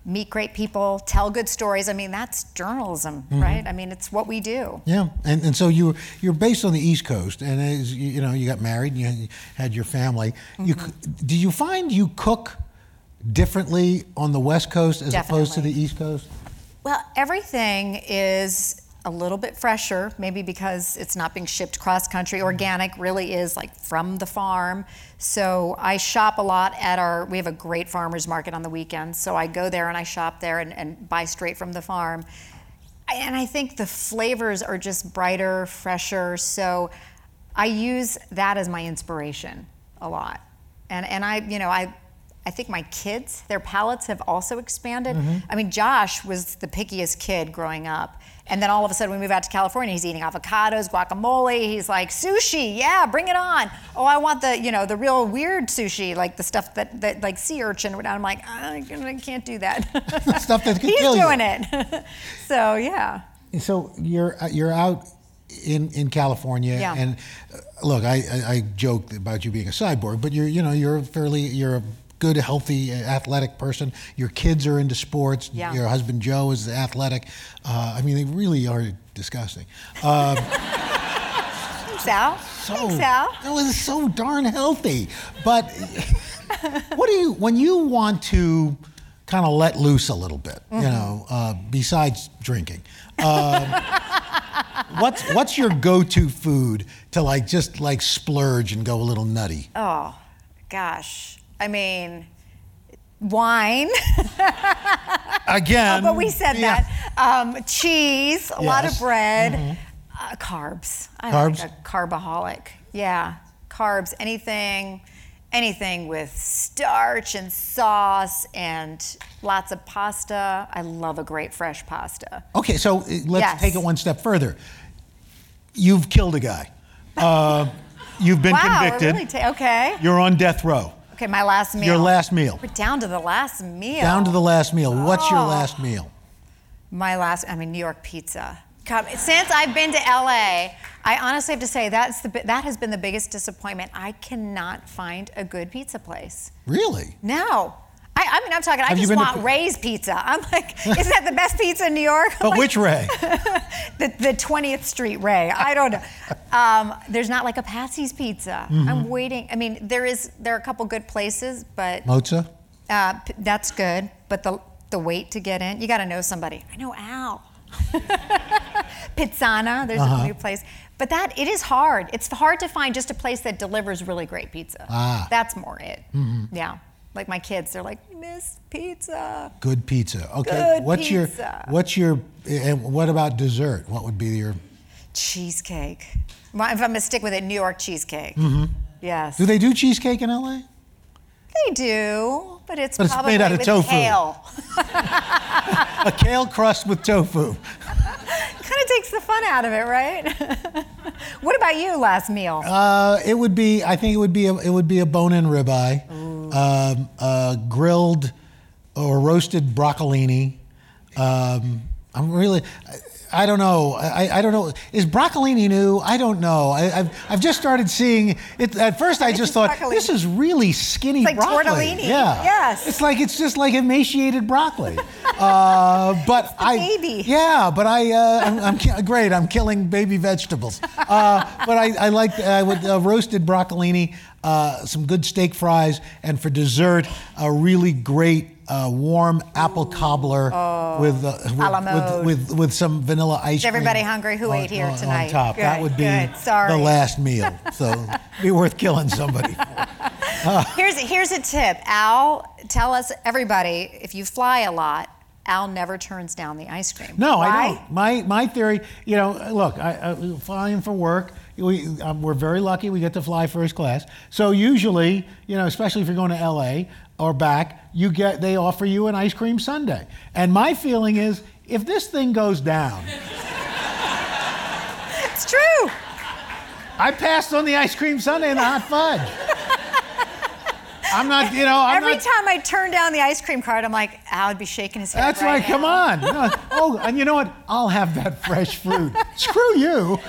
[SPEAKER 2] meet great people, tell good stories. I mean, that's journalism, right? I mean, it's what we do.
[SPEAKER 3] Yeah, and and so you were- you're based on the East Coast, and as you, you know, you got married, and you had your family. You c do you find you cook differently on the West Coast as opposed to the
[SPEAKER 2] Definitely.
[SPEAKER 3] East Coast?
[SPEAKER 2] Well, everything is a little bit fresher, maybe because it's not being shipped cross country. Organic really is like from the farm. So I shop a lot at our, we have a great farmer's market on the weekends. So I go there and I shop there and, and buy straight from the farm. And I think the flavors are just brighter, fresher. So I use that as my inspiration a lot. And and I, you know, I I think my kids, their palates have also expanded.
[SPEAKER 3] Mm-hmm.
[SPEAKER 2] I mean, Josh was the pickiest kid growing up. And then all of a sudden we move out to California, he's eating avocados, guacamole, he's like, sushi, yeah, bring it on. Oh, I want the, you know, the real weird sushi, like the stuff that, that like sea urchin. And I'm like, "Ah, I can't do that.
[SPEAKER 3] Stuff that could
[SPEAKER 2] he's
[SPEAKER 3] kill you.
[SPEAKER 2] doing it. so yeah.
[SPEAKER 3] So you're uh, you're out in in California,
[SPEAKER 2] Yeah.
[SPEAKER 3] and uh, look, I, I I joke about you being a cyborg, but you're you know you're fairly you're a good, healthy, uh, athletic person. Your kids are into sports.
[SPEAKER 2] Yeah.
[SPEAKER 3] Your husband Joe is athletic. Uh, I mean, they really are disgusting. Uh,
[SPEAKER 2] Thanks, Al.
[SPEAKER 3] so
[SPEAKER 2] Thanks, Al.
[SPEAKER 3] Oh, that was so darn healthy. But what do you when you want to kind of let loose a little bit?
[SPEAKER 2] Mm-hmm.
[SPEAKER 3] You know, uh, besides drinking. Um, What's what's your go-to food to like just like splurge and go a little nutty?
[SPEAKER 2] Oh, gosh. I mean, wine,
[SPEAKER 3] Again,
[SPEAKER 2] but we said
[SPEAKER 3] Um, yeah.
[SPEAKER 2] that. Um, cheese, a lot of
[SPEAKER 3] Yes. Mm-hmm.
[SPEAKER 2] bread, uh, carbs. I'm
[SPEAKER 3] Carbs?
[SPEAKER 2] like a carbaholic. Yeah, carbs. Anything, anything with starch and sauce and lots of pasta. I love a great fresh pasta.
[SPEAKER 3] Okay, so uh, let's
[SPEAKER 2] Yes.
[SPEAKER 3] take it one step further. You've killed a guy. Uh, you've been
[SPEAKER 2] wow, we're
[SPEAKER 3] convicted.
[SPEAKER 2] really ta- okay.
[SPEAKER 3] You're on death row.
[SPEAKER 2] Okay, my last meal.
[SPEAKER 3] Your last meal.
[SPEAKER 2] We're down to the last meal.
[SPEAKER 3] Down to the last meal. What's your
[SPEAKER 2] Oh.
[SPEAKER 3] last meal?
[SPEAKER 2] My last, I mean, New York pizza. God, Since I've been to LA, I honestly have to say that's the bi- that has been the biggest disappointment. I cannot find a good pizza place.
[SPEAKER 3] Really?
[SPEAKER 2] No, I, I mean, I'm talking. I
[SPEAKER 3] Have you
[SPEAKER 2] just
[SPEAKER 3] been to
[SPEAKER 2] want
[SPEAKER 3] P-
[SPEAKER 2] Ray's Pizza. I'm like, isn't that the best pizza in New York? I'm
[SPEAKER 3] But
[SPEAKER 2] like,
[SPEAKER 3] which Ray?
[SPEAKER 2] the, the 20th Street Ray. I don't know. Um, there's not like a Patsy's Pizza.
[SPEAKER 3] Mm-hmm.
[SPEAKER 2] I'm waiting. I mean, there is there are a couple good places, but
[SPEAKER 3] Mozza?
[SPEAKER 2] uh, p- that's good, but the the wait to get in, you got to know somebody. I know Al. Pizzana, there's
[SPEAKER 3] Uh-huh.
[SPEAKER 2] a new place, but that it is hard. It's hard to find just a place that delivers really great pizza.
[SPEAKER 3] Ah. Mm-hmm.
[SPEAKER 2] That's more it. Yeah, like my kids, they're like, miss pizza.
[SPEAKER 3] Good pizza. Okay.
[SPEAKER 2] Good
[SPEAKER 3] what's your
[SPEAKER 2] pizza.
[SPEAKER 3] what's your and what about dessert? What would be your
[SPEAKER 2] cheesecake. My- If I'm gonna stick with it, New York cheesecake. Yes,
[SPEAKER 3] Mm-hmm. Do they do cheesecake in LA?
[SPEAKER 2] they do, but it's
[SPEAKER 3] But it's
[SPEAKER 2] probably
[SPEAKER 3] made out of
[SPEAKER 2] with
[SPEAKER 3] tofu.
[SPEAKER 2] kale.
[SPEAKER 3] A kale crust with tofu.
[SPEAKER 2] kind of takes the fun out of it, right? what about you? Last meal?
[SPEAKER 3] Uh, it would be I think it would be a, it would be a bone-in ribeye. Um, uh, grilled or roasted broccolini. Um, I'm really. I, I don't know. I, I don't know. Is broccolini new? I don't know. I, I've, I've just started seeing it. At first, I just thought
[SPEAKER 2] Broccolini.
[SPEAKER 3] this is really skinny
[SPEAKER 2] It's like
[SPEAKER 3] broccoli.
[SPEAKER 2] tortellini.
[SPEAKER 3] Yeah.
[SPEAKER 2] Yes.
[SPEAKER 3] It's like it's just like emaciated broccoli. uh, but I.
[SPEAKER 2] baby.
[SPEAKER 3] Yeah, but I. Uh, I'm, I'm ki- great. I'm killing baby vegetables. Uh, but I, I like I would uh, roasted broccolini, uh, some good steak fries, and for dessert, a really great. Uh, warm apple cobbler with, uh, with-
[SPEAKER 2] la mode.
[SPEAKER 3] with, with with some vanilla ice cream.
[SPEAKER 2] Oh, everybody hungry who
[SPEAKER 3] on-
[SPEAKER 2] ate here
[SPEAKER 3] on- on
[SPEAKER 2] tonight?
[SPEAKER 3] top. that
[SPEAKER 2] Good,
[SPEAKER 3] would be
[SPEAKER 2] good. Sorry.
[SPEAKER 3] the last meal. So be worth killing somebody.
[SPEAKER 2] Here's here's a tip. Al, tell us everybody if you fly a lot, Al never turns down the ice cream.
[SPEAKER 3] No,
[SPEAKER 2] Why?
[SPEAKER 3] I don't. My my theory, you know, look, I, I flying for work. We um, we're very lucky. We get to fly first class. So usually, you know, especially if you're going to L.A. or back, you get they offer you an ice cream sundae. And my feeling is, if this thing goes down,
[SPEAKER 2] It's true.
[SPEAKER 3] I passed on the ice cream sundae and the hot fudge. I'm not, you know, I'm
[SPEAKER 2] Every
[SPEAKER 3] not.
[SPEAKER 2] time I turn down the ice cream cart, I'm like, Al would be shaking his head.
[SPEAKER 3] That's
[SPEAKER 2] right
[SPEAKER 3] right.
[SPEAKER 2] now.
[SPEAKER 3] Come on. No, Oh, and you know what? I'll have that fresh fruit. Screw you.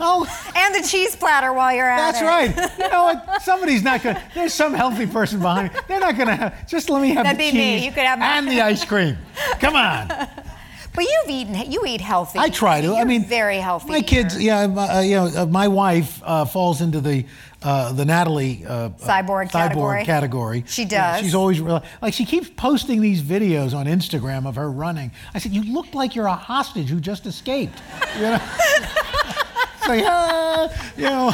[SPEAKER 3] Oh,
[SPEAKER 2] And the cheese platter while you're at
[SPEAKER 3] that's
[SPEAKER 2] it.
[SPEAKER 3] right. You know what? Somebody's not gonna. There's some healthy person behind me. They're not gonna have. Just let me have
[SPEAKER 2] That'd
[SPEAKER 3] the
[SPEAKER 2] be me.
[SPEAKER 3] cheese
[SPEAKER 2] You could have my-
[SPEAKER 3] and the ice cream. Come on.
[SPEAKER 2] But you've eaten. You eat healthy.
[SPEAKER 3] I try to. I
[SPEAKER 2] You're
[SPEAKER 3] mean,
[SPEAKER 2] very healthy.
[SPEAKER 3] My kids,
[SPEAKER 2] eater.
[SPEAKER 3] yeah, my- uh, you know, uh, my wife uh, falls into the uh, the Natalie uh, uh,
[SPEAKER 2] Cyborg category.
[SPEAKER 3] cyborg category.
[SPEAKER 2] She
[SPEAKER 3] Yeah,
[SPEAKER 2] does.
[SPEAKER 3] she's always real, like she keeps posting these videos on Instagram of her running. I said, "You look like you're a hostage who just escaped." You know, it's like, uh, you know,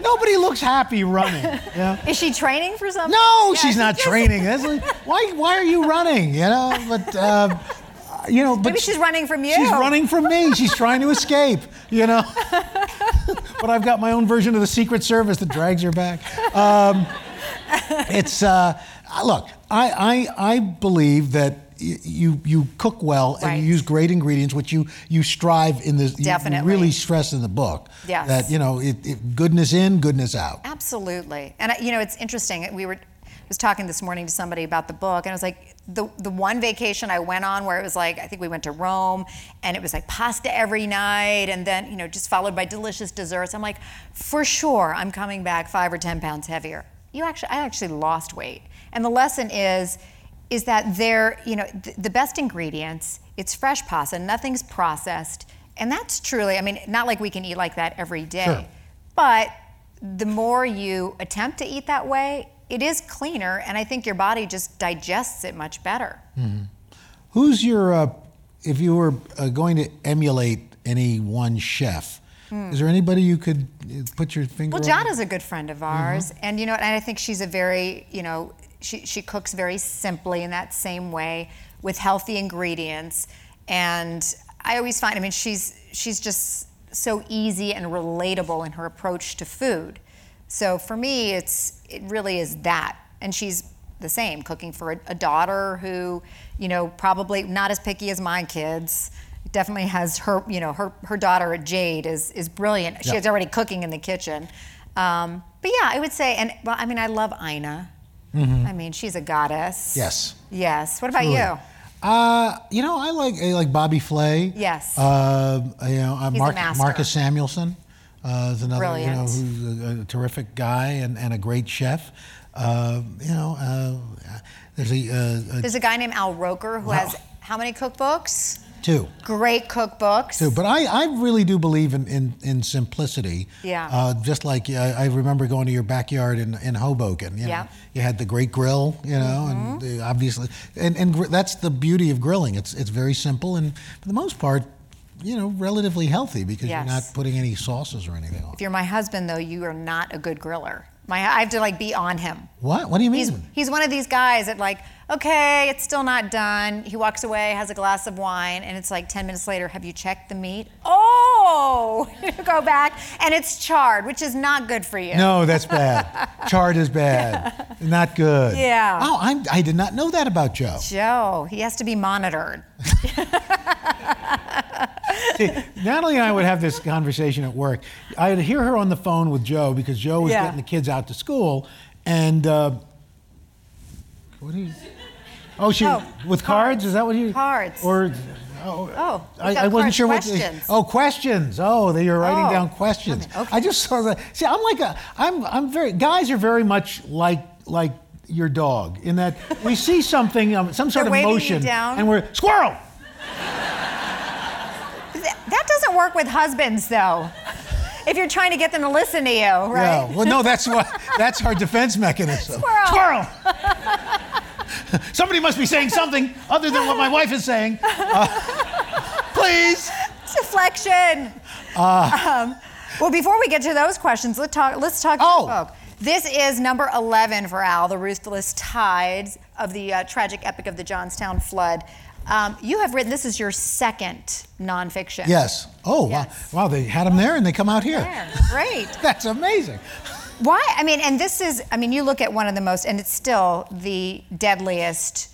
[SPEAKER 3] nobody looks happy running. You know?
[SPEAKER 2] Is she training for something?
[SPEAKER 3] No,
[SPEAKER 2] Yeah,
[SPEAKER 3] she's
[SPEAKER 2] she
[SPEAKER 3] not
[SPEAKER 2] just-
[SPEAKER 3] training. That's like, why? Why are you running? You know, but. Uh, you know, but
[SPEAKER 2] Maybe she's running from you.
[SPEAKER 3] She's running from me. She's trying to escape, you know. but I've got my own version of the Secret Service that drags her back. Um, it's uh, look, I, I I believe that y- you you cook well and
[SPEAKER 2] Right.
[SPEAKER 3] you use great ingredients, which you you strive in this. you-
[SPEAKER 2] Definitely.
[SPEAKER 3] You really stress in the book
[SPEAKER 2] Yes.
[SPEAKER 3] that you know it, it, goodness in, goodness out.
[SPEAKER 2] Absolutely. And I- you know, it's interesting. We were I was talking this morning to somebody about the book, and I was like, the the one vacation I went on where it was like, I think we went to Rome, and it was like pasta every night, and then you know, just followed by delicious desserts. I'm like, for sure, I'm coming back five or ten pounds heavier. You actually, I actually lost weight, and the lesson is. Is that they're, you know, th- the best ingredients, it's fresh pasta, nothing's processed. And that's truly, I mean, not like we can eat like that every day.
[SPEAKER 3] Sure.
[SPEAKER 2] But the more you attempt to eat that way, it is cleaner, and I think your body just digests it much better.
[SPEAKER 3] Who's your, uh, if you were uh, going to emulate any one chef, is there anybody you could uh, put your finger
[SPEAKER 2] Hmm. Well,
[SPEAKER 3] on?
[SPEAKER 2] Jada's a good friend of ours, and you know, and I think she's a very, you know, she she cooks very simply in that same way with healthy ingredients, and I always find, I mean, she's she's just so easy and relatable in her approach to food. So for me, it's it really is that, and she's the same cooking for a, a daughter who, you know, probably not as picky as my kids. Definitely has her, you know, her her daughter Jade is is brilliant. She
[SPEAKER 3] Yeah.
[SPEAKER 2] has already cooking in the kitchen. Um, but yeah, I would say, and well, I mean, I love Ina. I mean, she's a goddess.
[SPEAKER 3] Mm-hmm. Yes.
[SPEAKER 2] Yes. What about you?
[SPEAKER 3] Uh, you know, I like I like Bobby Flay.
[SPEAKER 2] Yes.
[SPEAKER 3] Uh, you know, uh,
[SPEAKER 2] a
[SPEAKER 3] Mark,
[SPEAKER 2] master.
[SPEAKER 3] Marcus Samuelson uh, is another you know
[SPEAKER 2] Brilliant.
[SPEAKER 3] who's a, a terrific guy and, and a great chef. Uh, you know, uh, there's a, uh,
[SPEAKER 2] There's a guy named Al Roker who has how many cookbooks?
[SPEAKER 3] a two.
[SPEAKER 2] Great cookbooks.
[SPEAKER 3] too. But I, I really do believe in, in, in simplicity.
[SPEAKER 2] Yeah.
[SPEAKER 3] Uh, just like uh, I remember going to your backyard in, in Hoboken. You know,
[SPEAKER 2] Yeah. Mm-hmm.
[SPEAKER 3] You had the great grill, you know, and the, obviously, and, and gr- that's the beauty of grilling. It's, it's very simple and for the most part, you know, relatively healthy because
[SPEAKER 2] Yes.
[SPEAKER 3] you're not putting any sauces or anything on.
[SPEAKER 2] If you're my husband, though, you are not a good griller. My, I have to like be on him.
[SPEAKER 3] What? What do you mean?
[SPEAKER 2] He's, he's one of these guys that like, okay, it's still not done. He walks away, has a glass of wine, and it's like 10 minutes later, have you checked the meat? Oh, go back, and it's charred, which is not good for you.
[SPEAKER 3] No, that's bad. Charred is bad. Not good.
[SPEAKER 2] Yeah.
[SPEAKER 3] Oh, I'm, I did not know that about Joe.
[SPEAKER 2] Joe, he has to be monitored.
[SPEAKER 3] See, Natalie and I would have this conversation at work. I'd hear her on the phone with Joe because Joe was
[SPEAKER 2] Yeah.
[SPEAKER 3] getting the kids out to school, and uh, what are you? Oh, she
[SPEAKER 2] No,
[SPEAKER 3] with cards? Is that what you?
[SPEAKER 2] Cards.
[SPEAKER 3] Or oh,
[SPEAKER 2] Oh,
[SPEAKER 3] I,
[SPEAKER 2] we've got
[SPEAKER 3] I wasn't
[SPEAKER 2] cards.
[SPEAKER 3] sure
[SPEAKER 2] Questions.
[SPEAKER 3] what. Oh, questions. Oh, that you're writing
[SPEAKER 2] Oh,
[SPEAKER 3] down questions.
[SPEAKER 2] okay, okay.
[SPEAKER 3] I just saw that. See, I'm like a. I'm. I'm very. Guys are very much like like your dog in that we see something, um, some sort
[SPEAKER 2] They're
[SPEAKER 3] of
[SPEAKER 2] waving you
[SPEAKER 3] motion,
[SPEAKER 2] down.
[SPEAKER 3] and we're squirrel.
[SPEAKER 2] Th- That doesn't work with husbands, though. If you're trying to get them to listen to you, right?
[SPEAKER 3] Yeah. Well, no, that's what. That's our defense mechanism.
[SPEAKER 2] Squirrel.
[SPEAKER 3] Squirrel. Somebody must be saying something other than what my wife is saying. Uh, please.
[SPEAKER 2] Deflection.
[SPEAKER 3] Ah.
[SPEAKER 2] Um, well, before we get to those questions, let's talk. Let's talk.
[SPEAKER 3] Oh.
[SPEAKER 2] Book. This is number 11 for Al, The Ruthless Tides of the uh, Tragic Epic of the Johnstown Flood. Um, you have written, this is your second nonfiction.
[SPEAKER 3] Yes. Oh,
[SPEAKER 2] Yes.
[SPEAKER 3] wow. Wow, they had them there and they come out here.
[SPEAKER 2] There. Great.
[SPEAKER 3] That's amazing.
[SPEAKER 2] Why? I mean, and this is, I mean, you look at one of the most, and it's still the deadliest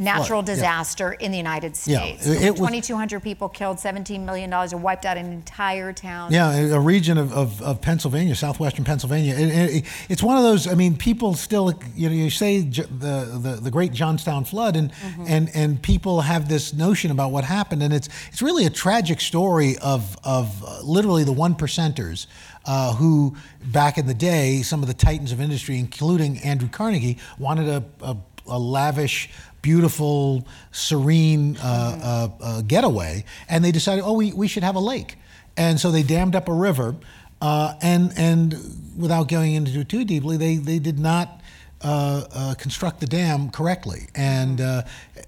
[SPEAKER 2] natural
[SPEAKER 3] Flood, yeah.
[SPEAKER 2] disaster in the United
[SPEAKER 3] Yeah,
[SPEAKER 2] States.
[SPEAKER 3] it- it was-
[SPEAKER 2] 2,200 people killed, $17 million, and wiped out an entire town.
[SPEAKER 3] Yeah, a a region of, of, of Pennsylvania, southwestern Pennsylvania. It- it- it's one of those, I mean, people still, you know, you say J- the, the, the great Johnstown flood, and, and, and people have this notion about what happened, and it's, it's really a tragic story of, of uh, literally the one percenters. Uh, who back in the day, some of the titans of industry, including Andrew Carnegie, wanted a, a a lavish, beautiful, serene uh, uh, uh, getaway, and they decided, oh, we, we should have a lake, and so they dammed up a river, uh, and and without going into it too deeply, they they did not. Uh, uh, construct the dam correctly, and uh,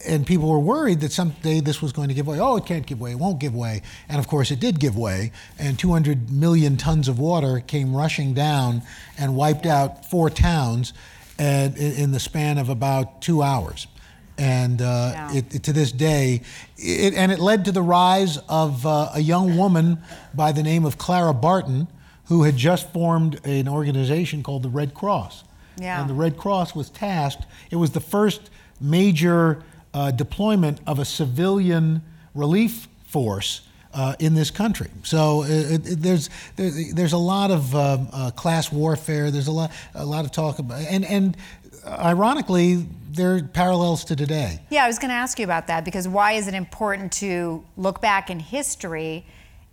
[SPEAKER 3] and people were worried that someday this was going to give way. Oh, it can't give way, it won't give way, and of course it did give way, and 200 million tons of water came rushing down and wiped out four towns, and in, in the span of about two hours. And uh,
[SPEAKER 2] Wow.
[SPEAKER 3] it, it- to this day, it, and it led to the rise of uh, a young woman by the name of Clara Barton, who had just formed an organization called the Red Cross.
[SPEAKER 2] Yeah.
[SPEAKER 3] And the Red Cross was tasked, it was the first major uh, deployment of a civilian relief force uh, in this country. So uh, it, it, there's, there, there's a lot of um, uh, class warfare, there's a lot, a lot of talk about, and, and uh, ironically, there are parallels to today.
[SPEAKER 2] Yeah, I was going to ask you about that because why is it important to look back in history?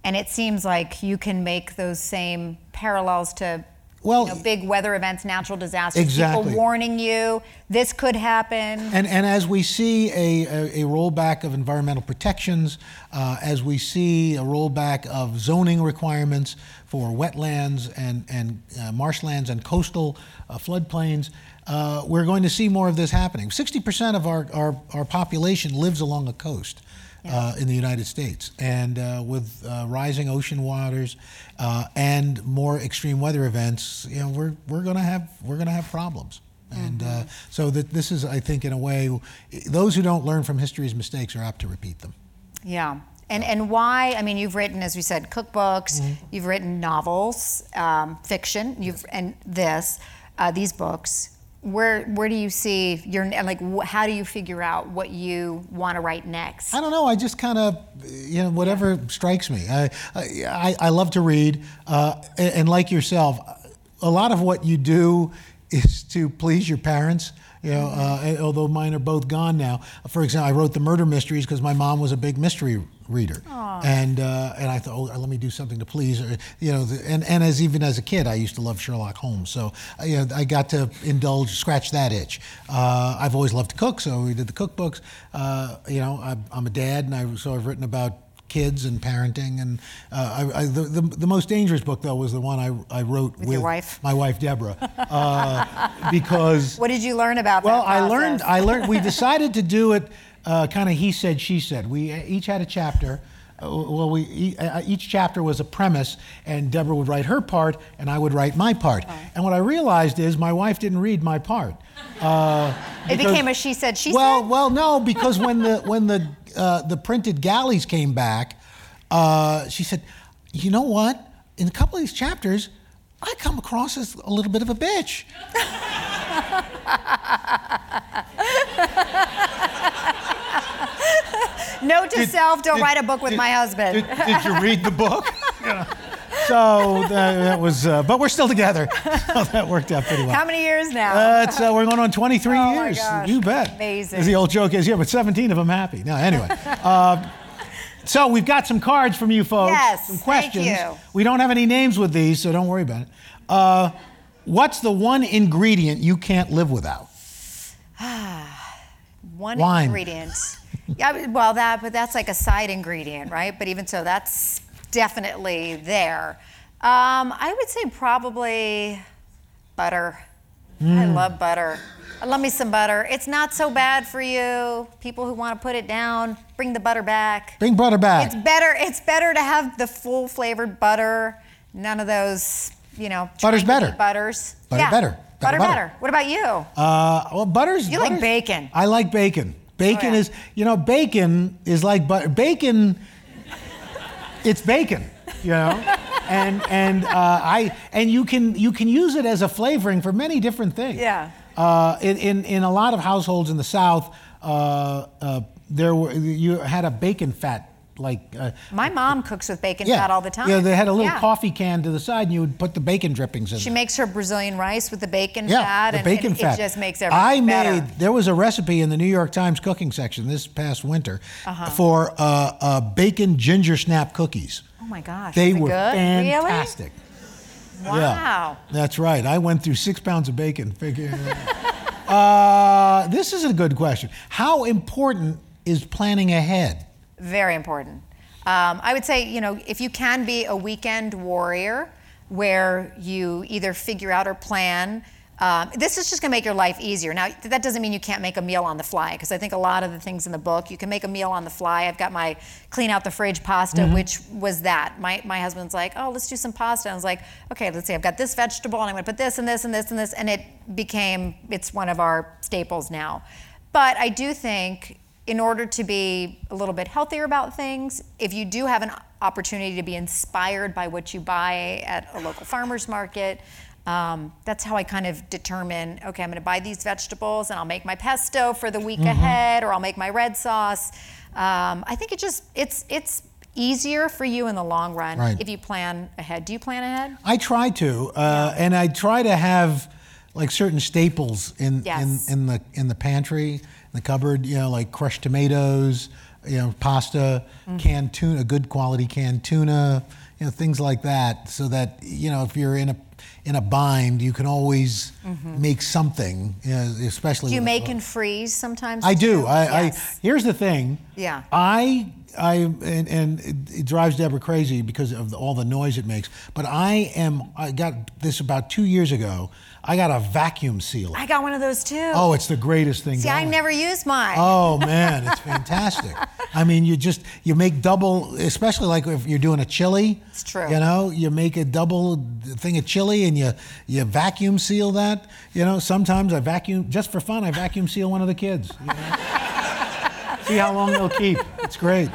[SPEAKER 2] And it seems like you can make those same parallels to
[SPEAKER 3] Well,
[SPEAKER 2] you know, big weather events, natural disasters,
[SPEAKER 3] Exactly.
[SPEAKER 2] people warning you this could happen.
[SPEAKER 3] And, and as we see a, a, a rollback of environmental protections, uh, as we see a rollback of zoning requirements for wetlands and, and uh, marshlands and coastal uh, floodplains, uh, we're going to see more of this happening. 60% of our, our, our population lives along a coast uh, in the United States. And uh, with uh, rising ocean waters uh, and more extreme weather events, you know, we're, we're going to have we're going to have problems. And uh, so that this is, I think, in a way, those who don't learn from history's mistakes are apt to repeat them.
[SPEAKER 2] Yeah. And, and why? I mean, you've written, as we said, cookbooks,
[SPEAKER 3] Mm-hmm.
[SPEAKER 2] you've written novels, um, fiction, you've and this, uh, these books. Where where do you see your and like? Wh- how do you figure out what you want to write next?
[SPEAKER 3] I don't know. I just kind of, you know, whatever strikes me. I, I, I love to read, uh, and, and like yourself, a lot of what you do is to please your parents. You know, uh, and although mine are both gone now. For example, I wrote the murder mysteries because my mom was a big mystery reader, and uh, and I thought, oh, let me do something to please her. You know, the, and and as even as a kid, I used to love Sherlock Holmes. So uh, you know, I got to indulge, scratch that itch. Uh, I've always loved to cook, so we did the cookbooks. Uh, you know, I, I'm a dad, and I so I've written about kids and parenting. And uh, I, I, the, the the most dangerous book though was the one I I wrote with,
[SPEAKER 2] your wife?
[SPEAKER 3] my wife Deborah, uh, because
[SPEAKER 2] What did you learn about
[SPEAKER 3] well,
[SPEAKER 2] that?
[SPEAKER 3] I learned. uh,
[SPEAKER 2] process?
[SPEAKER 3] I learned. We decided to do it uh, kind of he said, she said. We uh, each had a chapter. Uh, well, we e- uh, each chapter was a premise, and Deborah would write her part, and I would write my part.
[SPEAKER 2] Oh.
[SPEAKER 3] And what I realized is my wife didn't read my part. Uh,
[SPEAKER 2] It
[SPEAKER 3] because-
[SPEAKER 2] became a she said, she
[SPEAKER 3] well,
[SPEAKER 2] said.
[SPEAKER 3] well, no, because when the when the uh, the printed galleys came back, uh, she said, "You know what? In a couple of these chapters, I come across as a little bit of a bitch."
[SPEAKER 2] Note to self: Don't
[SPEAKER 3] did-
[SPEAKER 2] write a book with
[SPEAKER 3] did-
[SPEAKER 2] my husband.
[SPEAKER 3] Did, did you read the book? So that, that was, uh, but we're still together. So that worked out pretty well.
[SPEAKER 2] How many years now?
[SPEAKER 3] Uh, it's, uh, we're going on 23
[SPEAKER 2] Oh my
[SPEAKER 3] years.
[SPEAKER 2] gosh.
[SPEAKER 3] You bet.
[SPEAKER 2] Amazing.
[SPEAKER 3] As the old joke is, yeah, but 17 of them happy. No, anyway. Uh, so we've got some cards from you folks.
[SPEAKER 2] Yes,
[SPEAKER 3] Some
[SPEAKER 2] thank
[SPEAKER 3] questions.
[SPEAKER 2] you.
[SPEAKER 3] We don't have any names with these, so don't worry about it. Uh, what's the one ingredient you can't live without?
[SPEAKER 2] One
[SPEAKER 3] wine.
[SPEAKER 2] ingredient. yeah, well, that, but that's like a side ingredient, right? But even so, that's definitely there. Um, I would say probably butter. I
[SPEAKER 3] Hmm.
[SPEAKER 2] love butter. I love me some butter. It's not so bad for you. People who want to put it down, bring the butter back.
[SPEAKER 3] Bring butter back.
[SPEAKER 2] It's better. It's better to have the full flavored butter. None of those, you know.
[SPEAKER 3] Butter's
[SPEAKER 2] tranky
[SPEAKER 3] better.
[SPEAKER 2] Butters.
[SPEAKER 3] Butter
[SPEAKER 2] yeah.
[SPEAKER 3] better. Butter
[SPEAKER 2] Butter,
[SPEAKER 3] better.
[SPEAKER 2] better. What about you?
[SPEAKER 3] Uh, well, butter's.
[SPEAKER 2] You like
[SPEAKER 3] butter's-
[SPEAKER 2] bacon.
[SPEAKER 3] I like bacon. Bacon
[SPEAKER 2] Oh, yeah.
[SPEAKER 3] is, you know, bacon is like butter. Bacon, it's bacon, you know, and and uh, I and you can you can use it as a flavoring for many different things.
[SPEAKER 2] Yeah.
[SPEAKER 3] Uh, in, in in a lot of households in the South, uh, uh, there were you had a bacon fat like. Uh,
[SPEAKER 2] My mom cooks with bacon
[SPEAKER 3] yeah.
[SPEAKER 2] fat all the time.
[SPEAKER 3] Yeah, they had a little
[SPEAKER 2] Yeah.
[SPEAKER 3] coffee can to the side, and you would put the bacon drippings in.
[SPEAKER 2] She
[SPEAKER 3] there.
[SPEAKER 2] makes her Brazilian rice with the bacon
[SPEAKER 3] Yeah,
[SPEAKER 2] fat,
[SPEAKER 3] the
[SPEAKER 2] and
[SPEAKER 3] bacon
[SPEAKER 2] it,
[SPEAKER 3] fat.
[SPEAKER 2] it just makes everything
[SPEAKER 3] I
[SPEAKER 2] better.
[SPEAKER 3] made. There was a recipe in the New York Times cooking section this past winter
[SPEAKER 2] Uh-huh.
[SPEAKER 3] for uh, uh, bacon ginger snap cookies.
[SPEAKER 2] oh my gosh,
[SPEAKER 3] They
[SPEAKER 2] is it
[SPEAKER 3] were
[SPEAKER 2] good?
[SPEAKER 3] fantastic.
[SPEAKER 2] Really?
[SPEAKER 3] Yeah.
[SPEAKER 2] Wow.
[SPEAKER 3] that's right. I went through six pounds of bacon figuring it out. uh, this is a good question. How important is planning ahead?
[SPEAKER 2] Very important. Um, I would say, you know, if you can be a weekend warrior where you either figure out or plan, um, this is just going to make your life easier. Now, th- that doesn't mean you can't make a meal on the fly, because I think a lot of the things in the book, you can make a meal on the fly. I've got my clean out the fridge pasta, which was that. My, my husband's like, oh, let's do some pasta. I was like, okay, let's see, I've got this vegetable, and I'm going to put this and this and this and this. And it became, it's one of our staples now. But I do think in order to be a little bit healthier about things, if you do have an opportunity to be inspired by what you buy at a local farmer's market, um, that's how I kind of determine okay, I'm gonna buy these vegetables and I'll make my pesto for the
[SPEAKER 3] Mm-hmm.
[SPEAKER 2] week ahead or I'll make my red sauce. Um, I think it just, it's, it's, Easier for you in the long run
[SPEAKER 3] Right.
[SPEAKER 2] if you plan ahead. Do you plan ahead?
[SPEAKER 3] I try to, uh, and I try to have like certain staples in,
[SPEAKER 2] Yes.
[SPEAKER 3] in in the in the pantry, in the cupboard. You know, like crushed tomatoes, you know, pasta,
[SPEAKER 2] Mm-hmm.
[SPEAKER 3] canned tuna, good quality canned tuna, you know, things like that. So that you know, if you're in a in a bind, you can always make something. You know,
[SPEAKER 2] Mm-hmm.
[SPEAKER 3] especially
[SPEAKER 2] Do you
[SPEAKER 3] with-
[SPEAKER 2] make and freeze sometimes?
[SPEAKER 3] uh, I do.
[SPEAKER 2] too?
[SPEAKER 3] I,
[SPEAKER 2] Yes.
[SPEAKER 3] I here's the thing.
[SPEAKER 2] Yeah.
[SPEAKER 3] I I and, and it, it drives Deborah crazy because of the, all the noise it makes. But I am I got this about two years ago. I got a vacuum sealer.
[SPEAKER 2] I got one of those too.
[SPEAKER 3] Oh, it's the greatest thing.
[SPEAKER 2] See, I
[SPEAKER 3] going.
[SPEAKER 2] never use mine.
[SPEAKER 3] Oh man, it's fantastic. I mean, you just you make double, especially like if you're doing a chili.
[SPEAKER 2] It's true.
[SPEAKER 3] You know, you make a double thing of chili and you you vacuum seal that. You know, sometimes I vacuum just for fun. I vacuum seal one of the kids. you know? See how long they'll keep. It's great.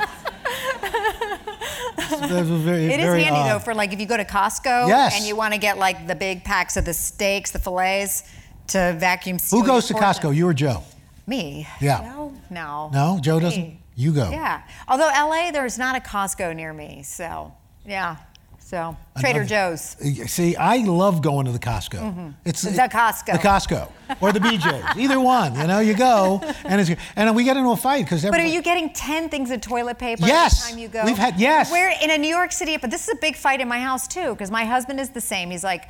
[SPEAKER 2] It is handy though for like if you go to Costco
[SPEAKER 3] uh, Yes.
[SPEAKER 2] and you want to get like the big packs of the steaks, the fillets, to vacuum seal.
[SPEAKER 3] Who
[SPEAKER 2] your
[SPEAKER 3] goes to
[SPEAKER 2] portion.
[SPEAKER 3] Costco? You or Joe?
[SPEAKER 2] Me.
[SPEAKER 3] Yeah.
[SPEAKER 2] Joe? No.
[SPEAKER 3] No, Joe
[SPEAKER 2] Me.
[SPEAKER 3] doesn't. You go.
[SPEAKER 2] Yeah. Although LA, there's not a Costco near me, so yeah. So Trader Joe's.
[SPEAKER 3] Uh, See, I love going to the Costco. It's
[SPEAKER 2] Mm-hmm. The Costco.
[SPEAKER 3] the Costco, or the BJ's, either one. You know, you go, and it's and we get into a fight because.
[SPEAKER 2] But are you getting ten things of toilet paper
[SPEAKER 3] Yes.
[SPEAKER 2] every time you go?
[SPEAKER 3] We've had- yes.
[SPEAKER 2] We're in a New York City, but this is a big fight in my house too, because my husband is the same. He's like,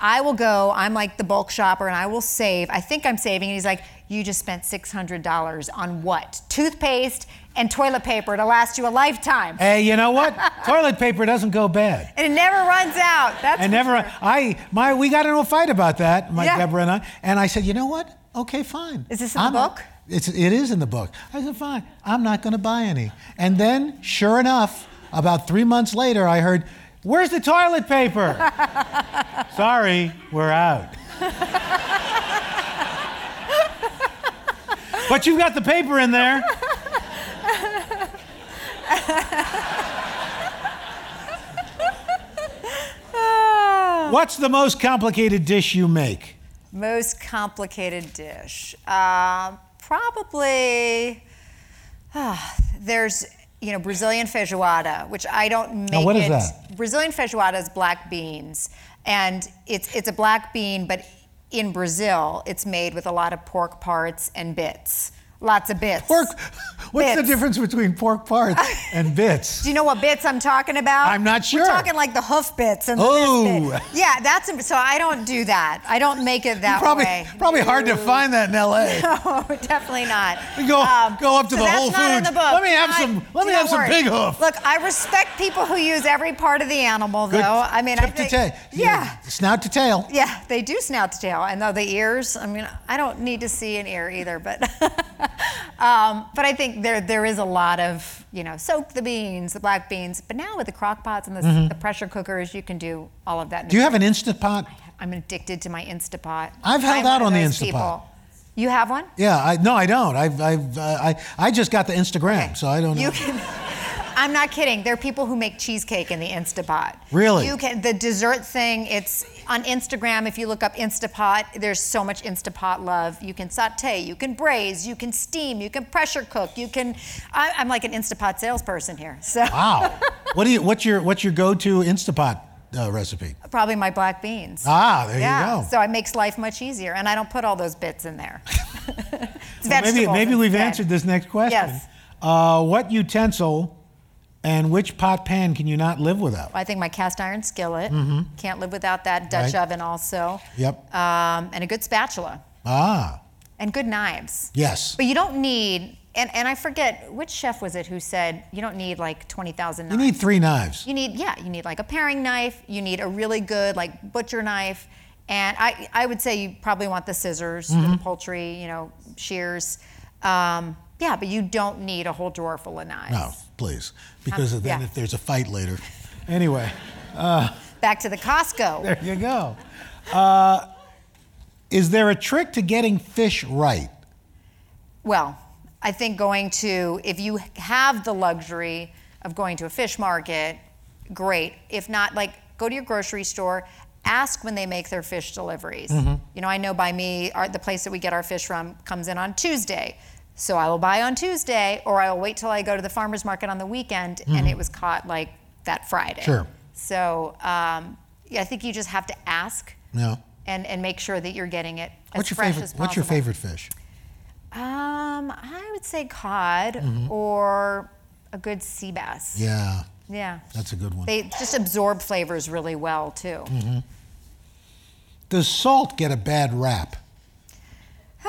[SPEAKER 2] I will go. I'm like the bulk shopper, and I will save. I think I'm saving. And he's like, you just spent six hundred dollars on what? Toothpaste and toilet paper to last you a lifetime,
[SPEAKER 3] Hey, you know what? Toilet paper doesn't go bad.
[SPEAKER 2] and it never runs out. That's
[SPEAKER 3] And
[SPEAKER 2] for
[SPEAKER 3] never,
[SPEAKER 2] sure.
[SPEAKER 3] I, my, we got into a fight about that, my
[SPEAKER 2] Yeah.
[SPEAKER 3] Deborah and I. And I said, you know what? Okay, fine.
[SPEAKER 2] Is this in the book?
[SPEAKER 3] It's, it is in the book. I said, fine. I'm not going to buy any. And then, sure enough, about three months later, I heard, "Where's the toilet paper?" Sorry, we're out. but you've got the paper in there. What's the most complicated dish you make?
[SPEAKER 2] Most complicated dish. Uh, probably ah, there's you know, Brazilian feijoada, which I don't make.
[SPEAKER 3] Now, what is
[SPEAKER 2] it-
[SPEAKER 3] that?
[SPEAKER 2] Brazilian feijoada is black beans, and it's it's a black bean, but in Brazil, it's made with a lot of pork parts and bits, lots of bits.
[SPEAKER 3] Pork. What's the
[SPEAKER 2] Bits.
[SPEAKER 3] difference between pork parts and bits?
[SPEAKER 2] Do you know what bits I'm talking about?
[SPEAKER 3] I'm not sure.
[SPEAKER 2] We're talking like the hoof bits and the
[SPEAKER 3] Oh.
[SPEAKER 2] this bit. Yeah, that's so I don't do that. I don't make it that
[SPEAKER 3] probably
[SPEAKER 2] way.
[SPEAKER 3] probably hard to find that in L.A.
[SPEAKER 2] No, Oh, definitely not. Um,
[SPEAKER 3] You go- go up to
[SPEAKER 2] so
[SPEAKER 3] the
[SPEAKER 2] that's
[SPEAKER 3] Whole
[SPEAKER 2] not in
[SPEAKER 3] Foods.
[SPEAKER 2] the book.
[SPEAKER 3] Let me have
[SPEAKER 2] I-
[SPEAKER 3] some- let
[SPEAKER 2] do
[SPEAKER 3] me
[SPEAKER 2] not
[SPEAKER 3] have some
[SPEAKER 2] worry.
[SPEAKER 3] pig hoof.
[SPEAKER 2] Look, I respect people who use every part of the animal, though.
[SPEAKER 3] Good
[SPEAKER 2] I mean, I
[SPEAKER 3] tip
[SPEAKER 2] think,
[SPEAKER 3] to tail.
[SPEAKER 2] yeah.
[SPEAKER 3] Snout to tail.
[SPEAKER 2] Yeah, they do snout to tail, and though the ears, I mean, I don't need to see an ear either, but um, but I think there there is a lot of you know soak the beans, the black beans, but now with the crock pots and the, the pressure cookers, you can do all of that.
[SPEAKER 3] Mm-hmm. Do you have an instant pot?
[SPEAKER 2] I'm addicted to my Instapot.
[SPEAKER 3] I've held
[SPEAKER 2] I'm one
[SPEAKER 3] out
[SPEAKER 2] of
[SPEAKER 3] on the
[SPEAKER 2] those
[SPEAKER 3] Instapot.
[SPEAKER 2] people. You have one?
[SPEAKER 3] Yeah, I, no, I don't. I've, I've, uh, I, I just got the Instagram,
[SPEAKER 2] Okay.
[SPEAKER 3] so I don't know.
[SPEAKER 2] You can. I'm not kidding. There are people who make cheesecake in the Instapot.
[SPEAKER 3] Really?
[SPEAKER 2] You can the dessert thing. It's on Instagram. If you look up Instapot, there's so much Instapot love. You can saute, you can braise, you can steam, you can pressure cook, you can. I, I'm like an Instapot salesperson here. So
[SPEAKER 3] wow. What do you? What's your? What's your go-to Instapot uh, recipe?
[SPEAKER 2] probably my black beans.
[SPEAKER 3] Ah, there
[SPEAKER 2] yeah.
[SPEAKER 3] you go.
[SPEAKER 2] So it makes life much easier, and I don't put all those bits in there. It's
[SPEAKER 3] Well, maybe
[SPEAKER 2] vegetables
[SPEAKER 3] maybe we've
[SPEAKER 2] instead.
[SPEAKER 3] answered this next question.
[SPEAKER 2] Yes.
[SPEAKER 3] Uh, what utensil and which pot pan can you not live without?
[SPEAKER 2] I think my cast iron skillet. Can't live without that. Dutch
[SPEAKER 3] Mm-hmm. Right.
[SPEAKER 2] oven also.
[SPEAKER 3] Yep.
[SPEAKER 2] Um, and a good spatula.
[SPEAKER 3] ah,
[SPEAKER 2] And good knives.
[SPEAKER 3] yes.
[SPEAKER 2] But you don't need, and, and I forget, which chef was it who said you don't need like 20,000
[SPEAKER 3] You
[SPEAKER 2] knives?
[SPEAKER 3] need three knives.
[SPEAKER 2] You need, yeah, you need like a paring knife. You need a really good like butcher knife. And I, I would say you probably want the scissors for the poultry, you know, shears. Um, yeah, but you don't need a whole drawer full of knives.
[SPEAKER 3] No, Oh, please, because then
[SPEAKER 2] Um, yeah.
[SPEAKER 3] if there's a fight later. Anyway,
[SPEAKER 2] Back to the Costco.
[SPEAKER 3] there you go. Uh, is there a trick to getting fish right?
[SPEAKER 2] Well, I think going to, if you have the luxury of going to a fish market, great. If not, like go to your grocery store, ask when they make their fish deliveries.
[SPEAKER 3] Mm-hmm.
[SPEAKER 2] You know, I know by me, our, the place that we get our fish from comes in on Tuesday. So I will buy on Tuesday, or I will wait till I go to the farmer's market on the weekend and it was caught like that Friday.
[SPEAKER 3] Mm-hmm. Sure.
[SPEAKER 2] So um, yeah, I think you just have to ask
[SPEAKER 3] No.
[SPEAKER 2] and, and make sure that you're getting it as
[SPEAKER 3] What's your
[SPEAKER 2] fresh
[SPEAKER 3] favorite?
[SPEAKER 2] as possible.
[SPEAKER 3] What's your favorite fish?
[SPEAKER 2] Um, I would say cod or a good sea bass.
[SPEAKER 3] Yeah,
[SPEAKER 2] Yeah.
[SPEAKER 3] that's a good one.
[SPEAKER 2] They just absorb flavors really well too.
[SPEAKER 3] Does salt get a bad rap?
[SPEAKER 2] Uh,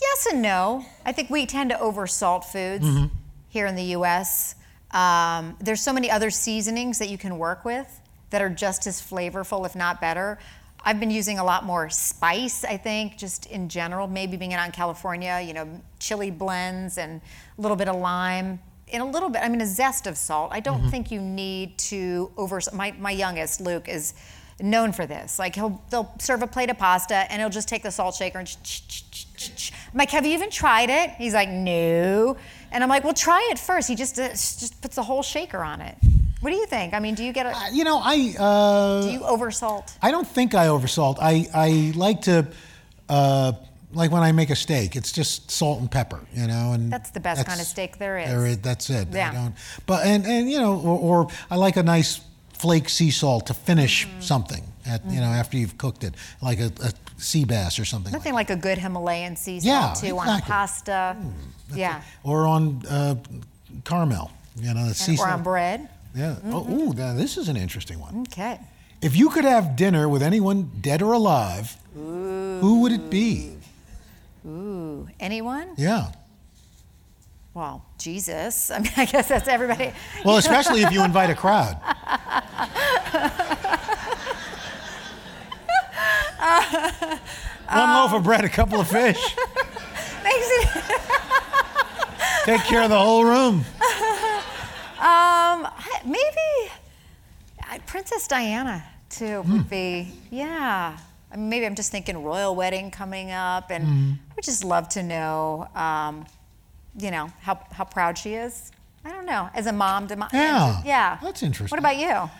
[SPEAKER 2] yes and no. I think we tend to oversalt foods here in the U.S. Um, there's so many other seasonings that you can work with that are just as flavorful, if not better. I've been using a lot more spice, I think, just in general. Maybe being out in California, you know, chili blends and a little bit of lime and a little bit. I mean, a zest of salt. I don't think you need to over. My my youngest Luke is known for this. Like he'll they'll serve a plate of pasta and he'll just take the salt shaker and ch- ch- ch- ch- ch- ch. I'm like, have you even tried it? He's like, no. And I'm like, well, try it first. He just uh, s- just puts the whole shaker on it. What do you think? I mean, do you get
[SPEAKER 3] Uh,
[SPEAKER 2] a
[SPEAKER 3] You know, I uh,
[SPEAKER 2] do you oversalt?
[SPEAKER 3] I don't think I oversalt. I I like to uh, like when I make a steak, it's just salt and pepper. You know, and
[SPEAKER 2] That's the best kind of steak there is.
[SPEAKER 3] There is that's it. I
[SPEAKER 2] Yeah.
[SPEAKER 3] don't- but and and you know, or, or I like a nice flake sea salt to finish
[SPEAKER 2] Mm-hmm.
[SPEAKER 3] something. At you know, after you've cooked it, like a, a sea bass or something. like
[SPEAKER 2] Nothing like a good Himalayan sea salt
[SPEAKER 3] Yeah,
[SPEAKER 2] too on
[SPEAKER 3] exactly.
[SPEAKER 2] pasta. yeah.
[SPEAKER 3] or on uh, caramel. You know, the sea
[SPEAKER 2] or Mm-hmm.
[SPEAKER 3] salt.
[SPEAKER 2] on bread.
[SPEAKER 3] Yeah. Oh, ooh, now this is an interesting one.
[SPEAKER 2] Okay.
[SPEAKER 3] If you could have dinner with anyone dead or alive, who would it be?
[SPEAKER 2] Ooh, anyone?
[SPEAKER 3] Yeah.
[SPEAKER 2] Well, Jesus. I mean, I guess that's everybody.
[SPEAKER 3] Well, especially if you invite a crowd. One loaf of bread, a couple of fish.
[SPEAKER 2] Makes it-
[SPEAKER 3] Take care of the whole room.
[SPEAKER 2] Um, I- maybe I- Princess Diana too would
[SPEAKER 3] Hmm.
[SPEAKER 2] be. Yeah, I mean, maybe I'm just thinking royal wedding coming up, and
[SPEAKER 3] Hmm.
[SPEAKER 2] I would just love to know, um, you know, how how proud she is. I don't know. As a mom, to mom,
[SPEAKER 3] Yeah,
[SPEAKER 2] yeah,
[SPEAKER 3] that's interesting.
[SPEAKER 2] What about you?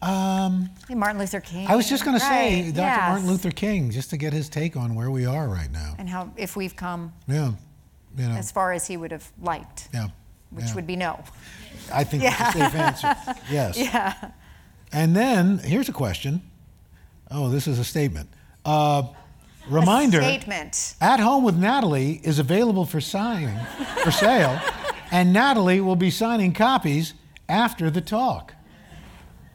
[SPEAKER 3] Um,
[SPEAKER 2] Hey, Martin Luther King.
[SPEAKER 3] I was just going to say,
[SPEAKER 2] Right,
[SPEAKER 3] Dr. Martin
[SPEAKER 2] yes.
[SPEAKER 3] Luther King, just to get his take on where we are right now.
[SPEAKER 2] and how if we've come
[SPEAKER 3] Yeah. You know,
[SPEAKER 2] as far as he would have liked.
[SPEAKER 3] Oh. yeah.
[SPEAKER 2] which
[SPEAKER 3] Yeah.
[SPEAKER 2] would be no.
[SPEAKER 3] I think that's a safe answer. Yes.
[SPEAKER 2] Yeah.
[SPEAKER 3] And then here's a question. Oh, this is a statement. Uh, reminder.
[SPEAKER 2] Statement.
[SPEAKER 3] At Home with Natalie is available for signing, for sale, and Natalie will be signing copies after the talk.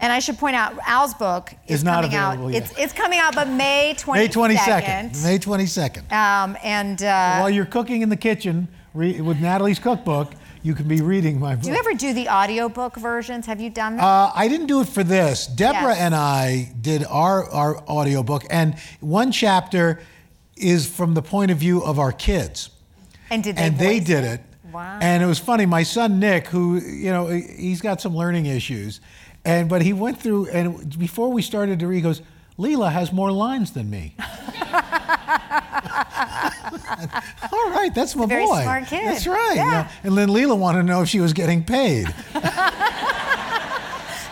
[SPEAKER 2] And I should point out, Al's book is
[SPEAKER 3] Is not
[SPEAKER 2] coming
[SPEAKER 3] available
[SPEAKER 2] out.
[SPEAKER 3] yet.
[SPEAKER 2] It's, it's coming out, but May 22nd.
[SPEAKER 3] May 22nd. May 22nd.
[SPEAKER 2] Um, and uh,
[SPEAKER 3] While you're cooking in the kitchen re- with Natalie's cookbook, you can be reading my book.
[SPEAKER 2] do you ever do the audiobook versions? Have you done that?
[SPEAKER 3] Uh, I didn't do it for this. Deborah
[SPEAKER 2] Yes.
[SPEAKER 3] and I did our, our audiobook, and one chapter is from the point of view of our kids.
[SPEAKER 2] and did they
[SPEAKER 3] and they
[SPEAKER 2] voice
[SPEAKER 3] did it.
[SPEAKER 2] Wow.
[SPEAKER 3] And it was funny. My son Nick, who you know, he- he's got some learning issues, and but he went through and before we started to read, he goes, "Leela has more lines than me." All right, that's my
[SPEAKER 2] very
[SPEAKER 3] boy.
[SPEAKER 2] smart kid.
[SPEAKER 3] That's right. you know.
[SPEAKER 2] Yeah.
[SPEAKER 3] And then Leela wanted to know if she was getting paid.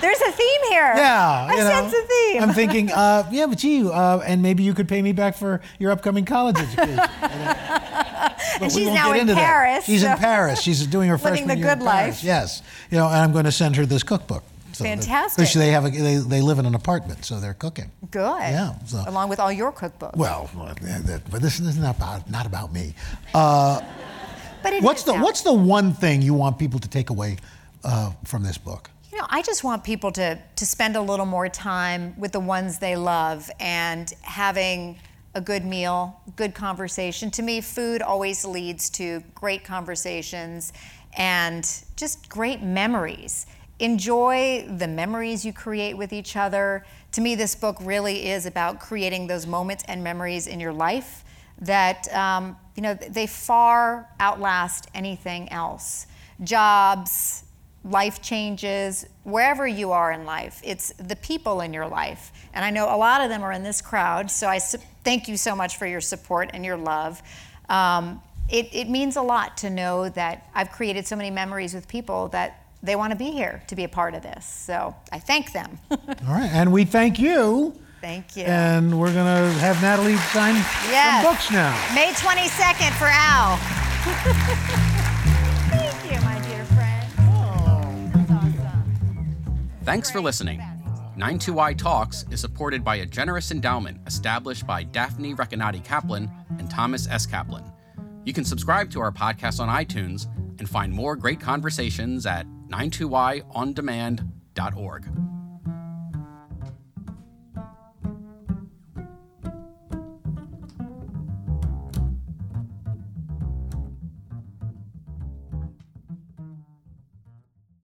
[SPEAKER 2] There's a theme here.
[SPEAKER 3] Yeah,
[SPEAKER 2] I
[SPEAKER 3] you know.
[SPEAKER 2] sense a theme.
[SPEAKER 3] I'm thinking, uh, yeah, but gee, uh, and maybe you could pay me back for your upcoming college education. You know. But we
[SPEAKER 2] she's
[SPEAKER 3] won't
[SPEAKER 2] now
[SPEAKER 3] get
[SPEAKER 2] in
[SPEAKER 3] into that.
[SPEAKER 2] Paris,
[SPEAKER 3] She's
[SPEAKER 2] so-
[SPEAKER 3] in Paris. She's doing her
[SPEAKER 2] Living
[SPEAKER 3] freshman
[SPEAKER 2] the
[SPEAKER 3] year
[SPEAKER 2] good
[SPEAKER 3] in Paris.
[SPEAKER 2] life.
[SPEAKER 3] Yes, you know, and I'm going to send her this cookbook. So that- 'cause
[SPEAKER 2] Fantastic.
[SPEAKER 3] they have a, they, they live in an apartment, so they're cooking.
[SPEAKER 2] Good.
[SPEAKER 3] Yeah. So.
[SPEAKER 2] Along with all your cookbooks.
[SPEAKER 3] Well, uh, but this is not about not about me. Uh,
[SPEAKER 2] but it
[SPEAKER 3] what's
[SPEAKER 2] is
[SPEAKER 3] the
[SPEAKER 2] now.
[SPEAKER 3] what's the one thing you want people to take away uh, from this book?
[SPEAKER 2] You know, I just want people to to spend a little more time with the ones they love and having a good meal, good conversation. To me, food always leads to great conversations and just great memories. Enjoy the memories you create with each other. To me, this book really is about creating those moments and memories in your life that um, you know they far outlast anything else. Jobs, life changes, wherever you are in life, it's the people in your life. And I know a lot of them are in this crowd, so I su- thank you so much for your support and your love. Um, it, it means a lot to know that I've created so many memories with people that they want to be here to be a part of this. So I thank them.
[SPEAKER 3] All right, and we thank you.
[SPEAKER 2] thank you.
[SPEAKER 3] And we're gonna have Natalie sign
[SPEAKER 2] Yes.
[SPEAKER 3] some books now.
[SPEAKER 2] May 22nd for Al. thank you, my dear friend. That's awesome.
[SPEAKER 1] Thanks for listening. 92i Talks is supported by a generous endowment established by Daphne Reconati Kaplan and Thomas S. Kaplan. You can subscribe to our podcast on iTunes and find more great conversations at 92yondemand.org.